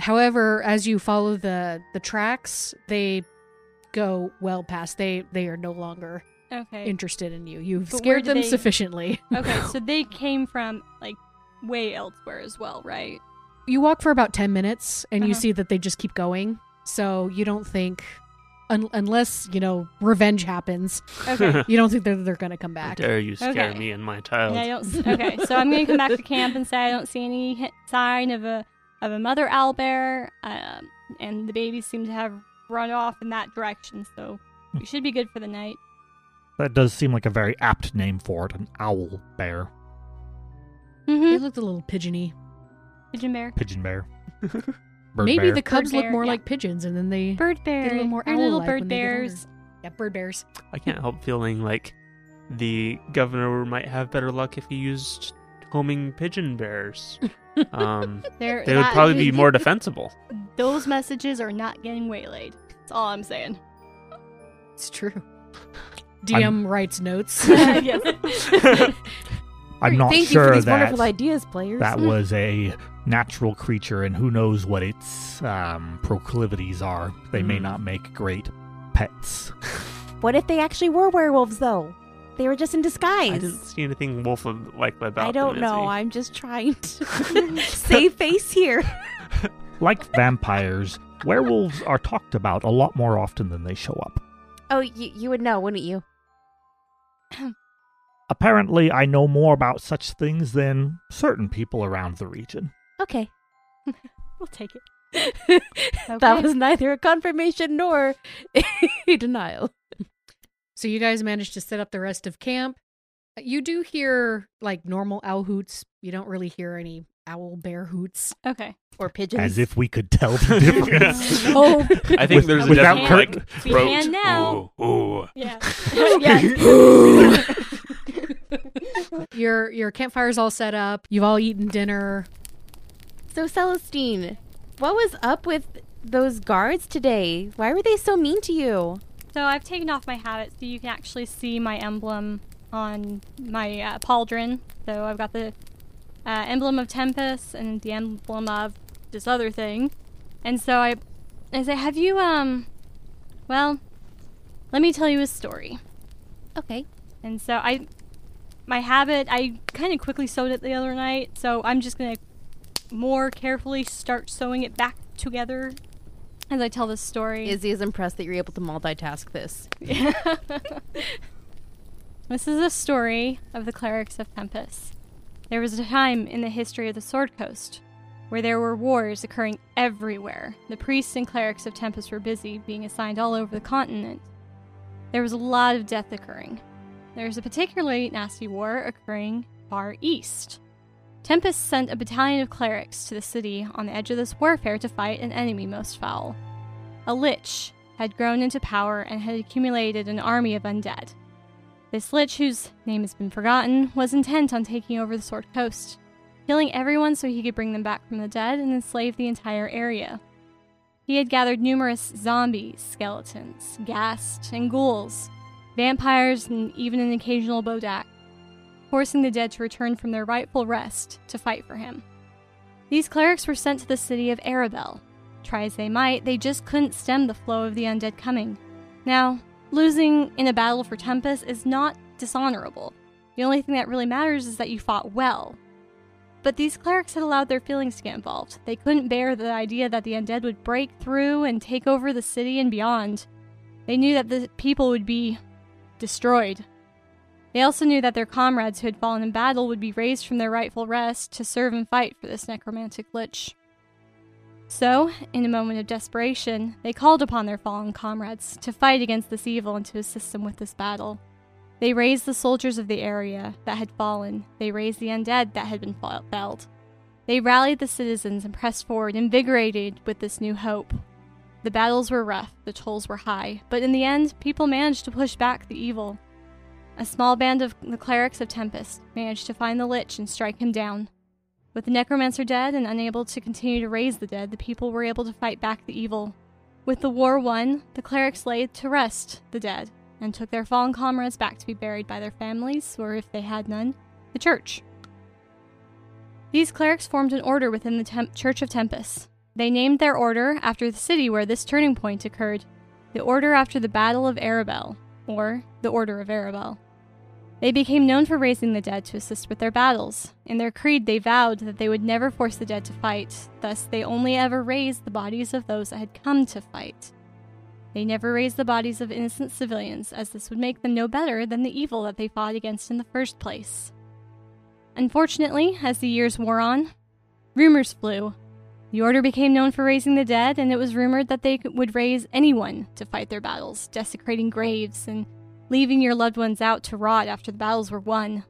S1: However, as you follow the the tracks, they go well past. They they are no longer
S5: Okay.
S1: interested in you. You've
S5: But where
S1: scared
S5: do
S1: them
S5: they-
S1: sufficiently.
S5: okay, so they came from like way elsewhere as well, right?
S1: You walk for about 10 minutes and you
S5: Uh-huh.
S1: see that they just keep going. So you don't think, un- unless, you know, revenge happens,
S4: (laughs)
S5: Okay.
S1: you don't think they're, they're going to come
S4: How
S1: back.
S4: dare you scare
S5: Okay.
S4: me and my
S5: And
S4: child?
S5: I don't. s- Okay, so I'm gonna come back to camp and say I don't see any hi- sign of a of a mother owl bear, um, and the babies seem to have run off in that direction, so we should be good for the night.
S3: That does seem like a very apt name for it an owl bear,
S1: They
S5: Mm-hmm.
S1: looked a little pigeony.
S5: Pigeon bear,
S3: pigeon bear, bird
S1: Maybe
S3: bear.
S1: the cubs
S5: bear,
S1: look more
S5: yeah.
S1: like pigeons and then they.
S5: bird bear,
S1: little more
S5: They're little
S1: owl-like
S5: bird
S1: when they get
S5: bears.
S1: Yeah, bird bears.
S4: I can't help feeling like the governor might have better luck if he used homing pigeon bears. Um,
S5: They're,
S4: they would
S5: that-
S4: probably be more defensible. (laughs)
S5: Those messages are not getting waylaid. That's all
S1: (laughs)
S5: I'm saying.
S1: It's
S3: (laughs)
S1: true. DM writes notes.
S5: (laughs) yes.
S3: I'm not
S6: Thank
S3: sure
S6: you for these
S3: that
S6: wonderful ideas, players.
S3: that was a natural creature, and who knows what its um, proclivities are. They may
S4: Hmm.
S3: not make great pets.
S6: what if they actually were werewolves though? They were just in
S4: I
S6: disguise.
S4: didn't see anything wolf of- like about
S6: I don't
S4: them,
S6: know.
S4: Izzy.
S6: I'm just
S3: (laughs)
S6: trying to (laughs) save face here.
S3: Like vampires, werewolves are talked about a lot more often than they show up.
S6: Oh, you, you would know, wouldn't you?
S3: Apparently, I know more about such things than certain people around the region.
S6: Okay.
S5: we'll take it. Okay.
S6: That was neither a confirmation nor (laughs) a denial.
S1: So you guys managed to set up the rest of camp. You do hear like normal owl hoots. You don't really hear any owl bear hoots.
S5: okay.
S6: Or pigeons.
S3: As if we could tell the
S2: (laughs)
S3: difference.
S6: (laughs) Oh,
S4: (laughs) I think
S3: With-
S4: there's a
S3: without
S4: definite
S3: curtain-
S4: like (laughs)
S5: We
S4: throat.
S5: can now.
S4: Ooh, ooh.
S5: (laughs)
S1: (laughs)
S5: Yeah. yes.
S1: Your your campfire's all set up. You've all eaten dinner.
S6: so Celestine, what was up with those guards today? Why were they so mean to you?
S5: So I've taken off my habit so you can actually see my emblem on my uh, pauldron. So I've got the uh, emblem of Tempest and the emblem of this other thing. And so I, I say, have you, um, well, let me tell you a story.
S6: Okay.
S5: And so I, my habit, I kind of quickly sewed it the other night, so I'm just gonna more carefully start sewing it back together as I tell this story.
S6: Izzy is impressed that you're able to multitask this.
S5: This is a story of the clerics of Tempest. There was a time in the history of the Sword Coast where there were wars occurring everywhere. The priests and clerics of Tempest were busy being assigned all over the continent. There was a lot of death occurring. There was a particularly nasty war occurring far east. Tempest sent a battalion of clerics to the city on the edge of this warfare to fight an enemy most foul a lich had grown into power and had accumulated an army of undead. This lich, whose name has been forgotten, was intent on taking over the Sword Coast, killing everyone so he could bring them back from the dead and enslave the entire area. He had gathered numerous zombies, skeletons, ghast, and ghouls, vampires, and even an occasional bodak, forcing the dead to return from their rightful rest to fight for him. These clerics were sent to the city of Arabelle. Try as they might, they just couldn't stem the flow of the undead coming. Now, losing in a battle for Tempest is not dishonorable. The only thing that really matters is that you fought well. But these clerics had allowed their feelings to get involved. They couldn't bear the idea that the undead would break through and take over the city and beyond. They knew that the people would be destroyed. They also knew that their comrades who had fallen in battle would be raised from their rightful rest to serve and fight for this necromantic lich. So, in a moment of desperation, they called upon their fallen comrades to fight against this evil and to assist them with this battle. They raised the soldiers of the area that had fallen, they raised the undead that had been fel- felled. They rallied the citizens and pressed forward, invigorated with this new hope. The battles were rough, the tolls were high, but in the end, people managed to push back the evil. A small band of the clerics of Tempest managed to find the Lich and strike him down. With the Necromancer dead and unable to continue to raise the dead, the people were able to fight back the evil. With the war won, the clerics laid to rest the dead and took their fallen comrades back to be buried by their families, or if they had none, the church. These clerics formed an order within the Tem- Church of Tempest. They named their order after the city where this turning point occurred, the Order after the Battle of Arabelle, or the Order of Arabelle. They became known for raising the dead to assist with their battles. In their creed, they vowed that they would never force the dead to fight, thus, they only ever raised the bodies of those that had come to fight. They never raised the bodies of innocent civilians, as this would make them no better than the evil that they fought against in the first place. Unfortunately, as the years wore on, rumors flew. The order became known for raising the dead, and it was rumored that they would raise anyone to fight their battles, desecrating graves and leaving your loved ones out to rot after the battles were won.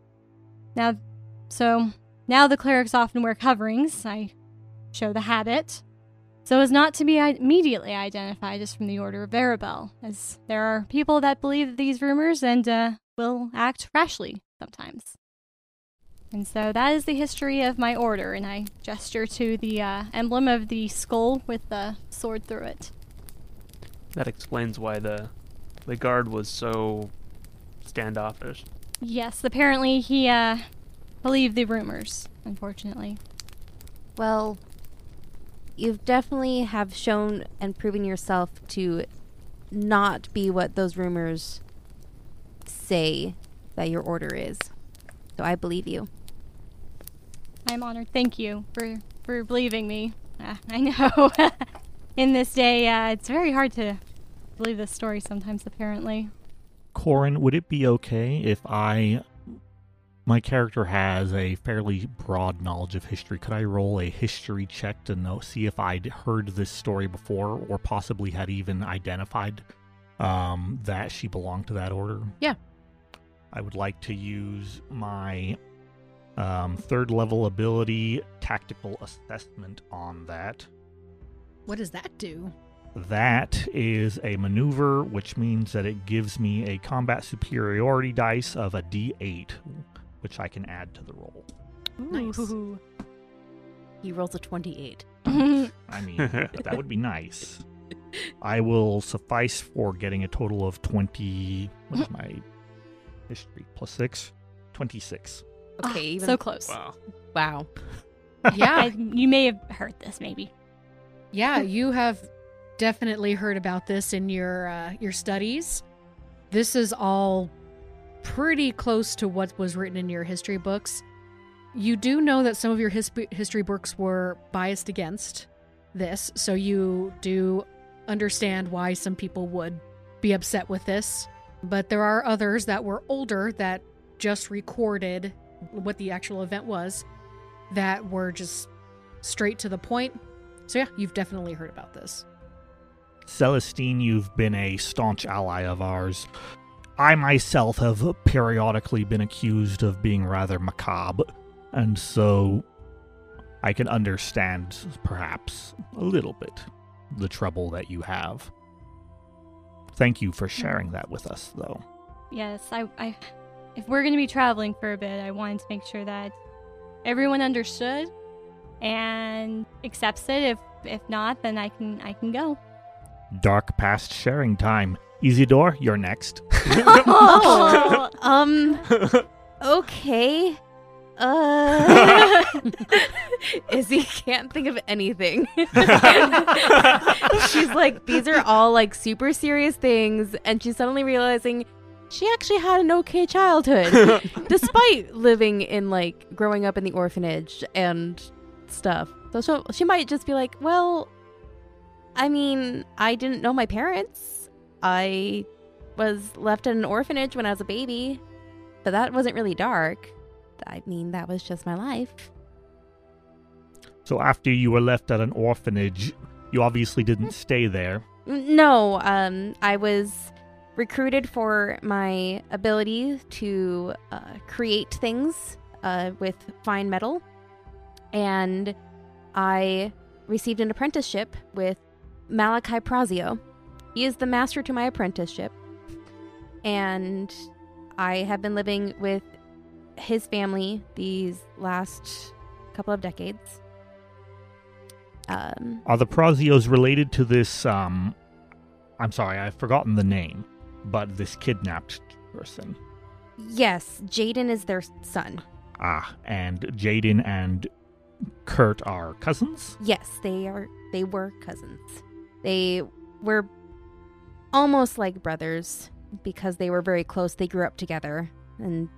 S5: Now, so now the clerics often wear coverings. I show the habit, so as not to be i- immediately identified as from the Order of Arabelle, as there are people that believe these rumors and uh, will act rashly sometimes. And so that is the history of my order, and I gesture to the uh, emblem of the skull with the sword through it.
S4: That explains why the the guard was so standoffish.
S5: Yes, apparently he uh, believed the rumors, unfortunately.
S6: Well, you've definitely have shown and proven yourself to not be what those rumors say that your order is. So I believe you.
S5: I'm honored. Thank you for for believing me. Ah, I know. (laughs) In this day, uh, it's very hard to believe this story sometimes. Apparently,
S3: Corin, would it be okay if I. My character has a fairly broad knowledge of history. Could I roll a history check to know, see if I'd heard this story before or possibly had even identified um, that she belonged to that order?
S1: Yeah.
S3: I would like to use my um, third level ability tactical assessment on that.
S1: What does that do?
S3: That is a maneuver, which means that it gives me a combat superiority dice of a d8, which I can add to the roll.
S1: Nice.
S5: Ooh.
S6: He rolls a (gasps) 28.
S3: I mean, that would be nice. I will suffice for getting a total of 20. What is my history? Plus six? 26.
S5: Ah,
S6: Okay, even
S5: so close.
S4: Wow.
S6: (laughs) wow.
S1: Yeah.
S5: (laughs) I, you may have heard this, maybe.
S1: Yeah, you have definitely heard about this in your uh, your studies. This is all pretty close to what was written in your history books. You do know that some of your his- history books were biased against this, so you do understand why some people would be upset with this. But there are others that were older that just recorded what the actual event was that were just straight to the point so yeah, you've definitely heard about this.
S3: Celestine, you've been a staunch ally of ours. I myself have periodically been accused of being rather macabre, and so I can understand, perhaps, a little bit the trouble that you have. Thank you for sharing that with us, though.
S5: Yes, I, I if we're going to be traveling for a bit, I wanted to make sure that everyone understood and accepts it. If if not, then I can I
S2: (laughs)
S5: can go.
S3: Dark past sharing time. Isidore, you're next.
S2: Oh, um, okay. Uh, Izzy can't think of anything. she's like, these are all like super serious things, and she's suddenly realizing she actually had an okay childhood, despite living in like growing up in the orphanage and stuff. So she'll- she might just be like, well, I mean, I didn't know my parents. I was left in an orphanage when I was a baby, but that wasn't really dark. I mean, that was just my life.
S3: so, after you were left at an orphanage, you obviously didn't stay there.
S2: N- No, um, I was recruited for my ability to uh, create things uh, with fine metal, and I received an apprenticeship with Malachi Prazio. He is the master to my apprenticeship, and I have been living with his family these last couple of decades. Um,
S3: Are the Prazios related to this? Um, I'm sorry, I've forgotten the name, but this kidnapped person.
S2: Yes, Jaden is their son.
S3: Ah, and Jaden and Kurt are cousins?
S2: Yes, they are they were cousins. They were almost like brothers because they were very close. They grew up together and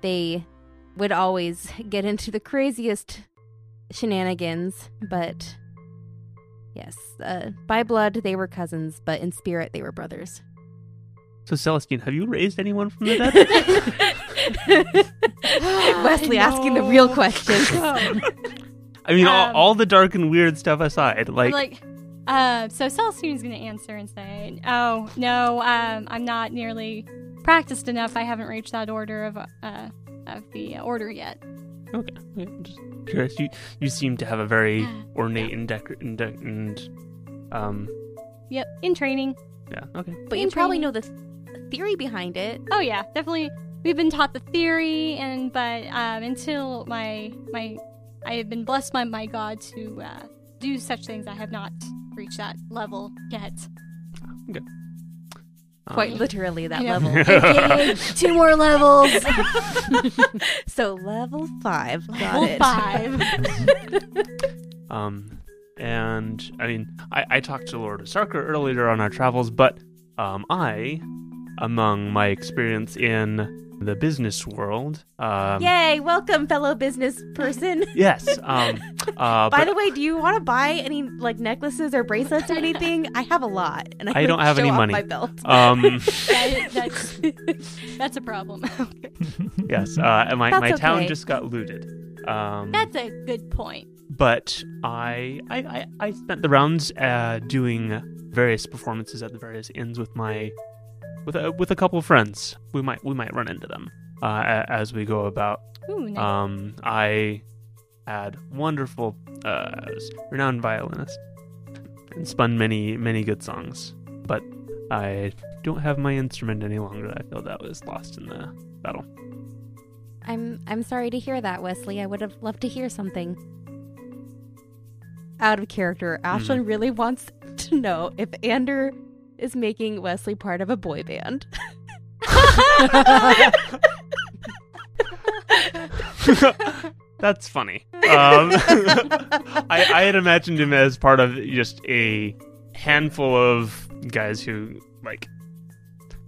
S2: they would always (laughs) get into the craziest shenanigans, but yes, uh, by blood they were cousins, but in spirit they were brothers.
S4: So, Celestine, have you raised anyone from the dead?
S2: Wesley asking the real questions.
S4: I mean, all,
S5: Um,
S4: all the dark and weird stuff aside, like,
S5: Like, like uh, so Celestine's going to answer and say, "Oh no, um, I'm not nearly practiced enough. I haven't reached that order of uh, of the order yet."
S4: okay, yeah, I'm just curious. You you seem to have a very ornate and decor and, dec- and um,
S5: Yep, in training.
S4: yeah, okay.
S2: but you probably know the theory behind it.
S5: Oh yeah, definitely. We've been taught the theory, and but um, until my my I have been blessed by my God to uh, do such things, I have not reached that level yet.
S4: Um,
S2: quite literally that
S5: Yeah.
S2: level. (laughs) AKA two more levels. (laughs) so level five. Got
S5: Level
S2: it.
S5: five.
S4: Um, and I mean, I, I talked to Lord Sarker earlier on our travels, but um, I, among my experience in the business world, um,
S2: Yay! Welcome, fellow business person.
S4: yes,
S2: (laughs)
S4: um, uh,
S2: By
S4: but
S2: the way, do you want to buy any like necklaces or bracelets or anything? I have a lot, and I,
S4: I don't
S2: would
S4: have
S2: show
S4: any
S2: off
S4: money.
S2: My belt.
S4: um, (laughs)
S5: That- that's that's a problem. (laughs)
S4: yes, uh, and my
S2: That's
S4: my town
S2: okay.
S4: just got looted. Um,
S5: that's a good point.
S4: but I, I I I spent the rounds uh, doing various performances at the various inns with my with a, with a couple of friends. We might we might run into them uh, a- as we go about
S5: Ooh, nice.
S4: Um, I had wonderful, uh, I was a renowned violinist and spun many, many good songs. But I don't have my instrument any longer. I feel that was lost in the battle.
S2: I'm I'm sorry to hear that, Wesley. I would have loved to hear something. Out of character,
S4: Mm.
S2: Ashlyn really wants to know if Ander is making Wesley part of a boy band.
S4: (laughs) That's funny. Um, (laughs) I, I had imagined him as part of just a handful of guys who like.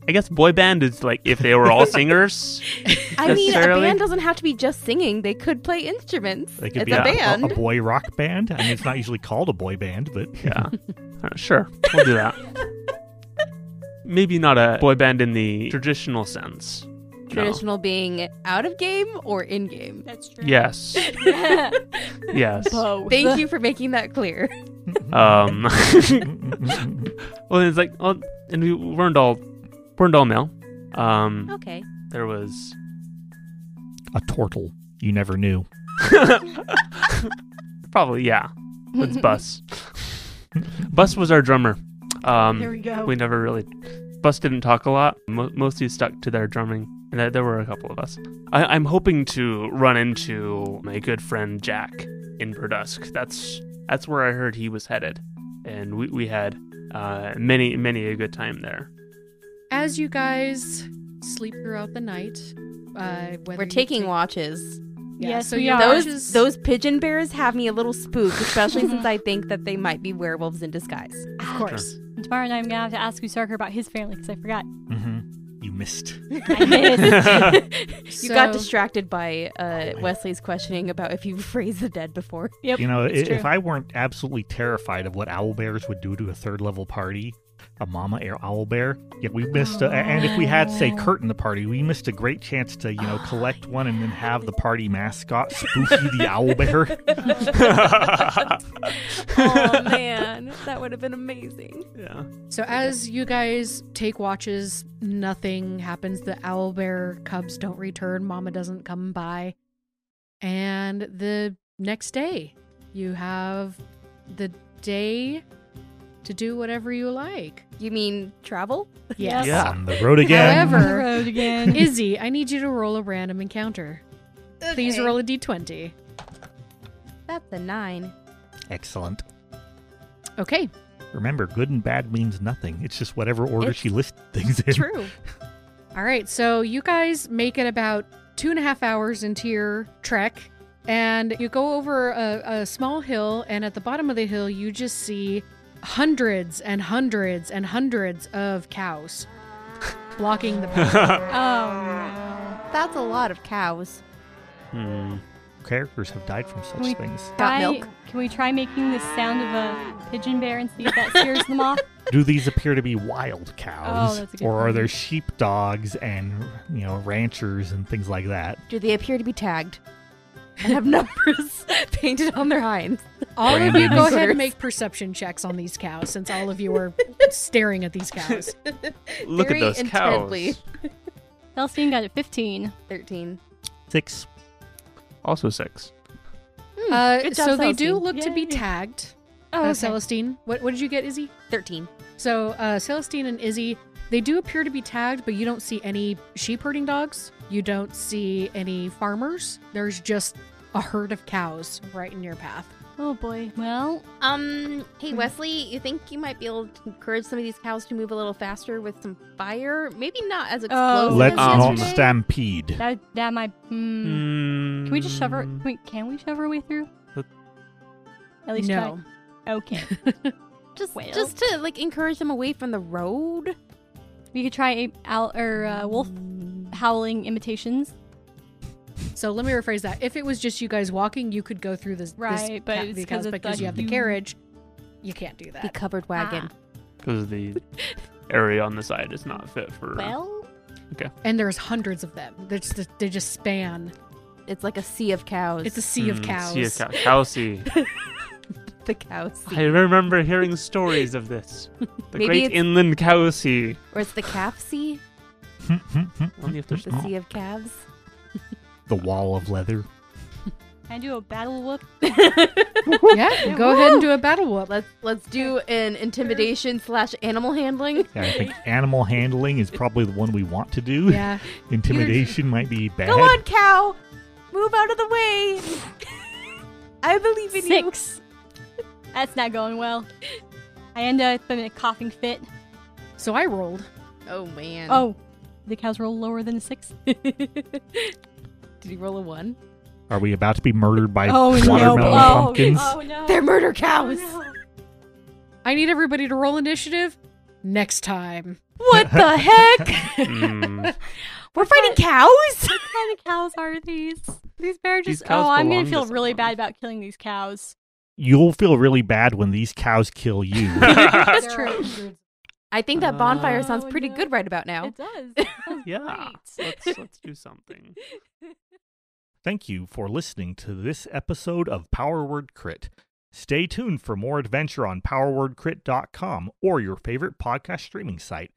S4: I guess boy band is like if they were all singers.
S2: I mean, a
S4: necessarily.
S2: band doesn't have to be just singing. They could play instruments.
S3: They could
S2: it's
S3: be
S2: a
S4: a-
S2: band. (laughs)
S3: A, boy rock band. I mean, it's not usually called a boy band, but
S4: Yeah. Uh, sure. We'll do that. Maybe not a boy band in the traditional sense. No.
S2: Traditional being out of game or in game.
S5: that's true.
S2: (laughs)
S4: Yes. yes.
S5: Both.
S2: Thank you for making that clear.
S4: Um (laughs) Well it's like well, and we weren't all weren't all male. Um
S2: Okay.
S4: there was
S3: (laughs) a tortle. You never knew.
S4: probably yeah.
S5: (laughs)
S4: It's Bus. Bus was our drummer. Um
S5: There we go.
S4: we never really Bus didn't talk a lot. Mo- mostly stuck to their drumming, and there, there were a couple of us. I- I'm hoping to run into my good friend Jack in Verdusk. That's that's where I heard he was headed, and we we had uh, many many a good time there.
S1: As you guys sleep throughout the night, uh, whether
S2: We're
S1: you
S2: taking
S1: take-
S2: watches.
S1: Yeah,
S5: Yes,
S1: so
S5: we
S1: your
S5: are.
S2: Those
S1: watches-
S2: those pigeon bears have me a little spooked, especially (laughs) since I think that they might be werewolves in disguise.
S1: of course.
S5: And tomorrow night, I'm gonna have to ask Usarker about his family because I forgot.
S3: Mm-hmm. You missed.
S5: I missed.
S2: You got
S1: So-
S2: distracted by uh, Wesley's questioning about if you've (laughs) raised the dead before.
S5: Yep.
S3: You know, i-
S5: it's true.
S3: if I weren't absolutely terrified of what owl bears would do to a third level party, a mama air owl bear, yeah, we missed. A, and if we had, say, Kurt in the party, we missed a great chance to, you know, collect one and then have the party mascot Spooky the
S5: (laughs)
S3: owl bear.
S2: (laughs) oh man, that would have been amazing.
S4: Yeah.
S1: So as you guys take watches, nothing happens. The owl bear cubs don't return. Mama doesn't come by. And the next day, you have the day to do whatever you like.
S2: You mean travel?
S5: Yes.
S4: Yeah.
S3: On the road again.
S1: However-
S5: On the road again.
S1: Izzy, I need you to roll a random encounter. Please roll a d20.
S2: That's a nine.
S3: Excellent.
S1: Okay.
S3: Remember, good and bad means nothing. It's just whatever order
S2: It's
S3: she lists things in.
S2: True.
S1: All right. So you guys make it about two and a half hours into your trek, and you go over a, a small hill, and at the bottom of the hill, you just see hundreds and hundreds and hundreds of cows (laughs) blocking the path.
S5: oh no.
S2: That's a lot of cows.
S4: Hmm.
S3: Characters have died from such
S5: We-
S3: things.
S2: Got
S5: Try-
S2: milk.
S5: Can we try making the sound of a pigeon bear and see if that scares them
S2: (laughs)
S5: off?
S3: Do these appear to be wild cows,
S5: Oh, that's a good
S3: or are
S5: point.
S3: there sheepdogs and you know ranchers and things like that?
S2: Do they appear to be tagged? And have (laughs) numbers painted on their hinds.
S1: All of you
S3: Brandon.
S1: go ahead
S2: Sort of.
S1: and make perception checks on these cows, since all of you are
S2: (laughs)
S1: staring at these cows.
S4: Look
S2: Very
S4: at those
S2: intently.
S4: cows.
S5: Felstein got a 15.
S2: Thirteen.
S3: Six.
S4: Also six.
S2: Hmm,
S1: Uh,
S2: good job,
S1: so they do
S2: Celestine.
S1: look to be
S5: Yay.
S1: tagged.
S5: Oh,
S1: Uh,
S5: okay.
S1: Celestine, what, what did you get, Izzy?
S2: Thirteen.
S1: So, uh, Celestine and Izzy, they do appear to be tagged, but you don't see any sheep herding dogs. You don't see any farmers. There's just a herd of cows right in your path.
S5: oh boy. Well,
S2: Um, hey Wesley, you think you might be able to encourage some of these cows to move a little faster with some fire? Maybe not as explosive.
S5: Oh,
S3: Let's
S5: that's
S3: not
S5: yesterday?
S3: stampede.
S5: that that might. Mm, Can we just shove her?
S3: Mm.
S5: Can we, can we shove her way through?
S4: Let-
S5: At least
S1: no.
S5: try.
S2: (laughs)
S5: Okay.
S2: just
S5: Well.
S2: just to like encourage them away from the road.
S5: We could try a owl or uh, wolf howling imitations.
S1: So let me rephrase that. If it was just you guys walking, you could go through this, this
S5: Right, but
S1: ca-
S5: it's
S1: these
S5: 'cause
S1: cows,
S5: of
S1: because
S5: the
S1: you have the
S5: huge-
S1: carriage. You can't do
S2: The
S1: that.
S2: covered wagon.
S5: Ah,
S4: Because the area on the side is not fit for.
S5: Well,
S1: And there's hundreds of them. They're just, they just span.
S2: It's like a sea of cows.
S1: It's a sea of
S4: Hmm,
S1: cows.
S4: Sea of cows. Kelsey.
S2: the cow sea.
S4: I remember hearing stories of this. The
S2: Maybe
S4: great
S2: it's-
S4: inland cow (laughs) sea.
S2: Or it's the calf sea?
S3: Hmm,
S4: Only if there's
S3: Oh.
S2: The sea of calves?
S3: the wall of leather.
S5: can I do a battle whoop.
S1: (laughs) yeah, go ahead and do a battle whoop.
S2: Let's let's do an intimidation slash animal handling.
S3: Yeah, I
S5: (laughs)
S3: think animal handling is probably the one we want to do.
S1: Yeah.
S3: (laughs) Intimidation might be bad.
S2: Go on, cow! Move out of the way! (laughs) I believe in you.
S5: Six. (laughs) That's not going well. I end up in a coughing fit.
S1: So I rolled.
S2: Oh man.
S5: Oh, the cows roll lower than a six. (laughs)
S2: Did he roll a one?
S3: Are we about to be murdered by
S5: Oh no!
S3: watermelon
S5: Oh,
S3: pumpkins?
S5: Oh no! Oh,
S2: They're murder cows!
S1: I need everybody to roll initiative next time.
S2: What the heck?
S4: (laughs) Mm.
S2: (laughs) We're fighting cows?
S5: What kind of cows are these? These bear
S4: These
S5: just.
S4: cows
S5: oh, I'm
S4: belong
S5: gonna
S4: to
S5: feel really
S4: someone.
S5: bad about killing these cows.
S3: You'll feel really bad when these cows kill you.
S5: (laughs) That's
S1: There are
S5: true.
S1: hundreds.
S2: I think that bonfire
S4: Oh,
S2: sounds pretty
S5: no.
S2: good right about now.
S5: It does. It does
S4: (laughs) yeah.
S5: great.
S4: Let's, let's do something.
S3: Thank you for listening to this episode of Power Word Crit. Stay tuned for more adventure on powerwordcrit.com or your favorite podcast streaming site.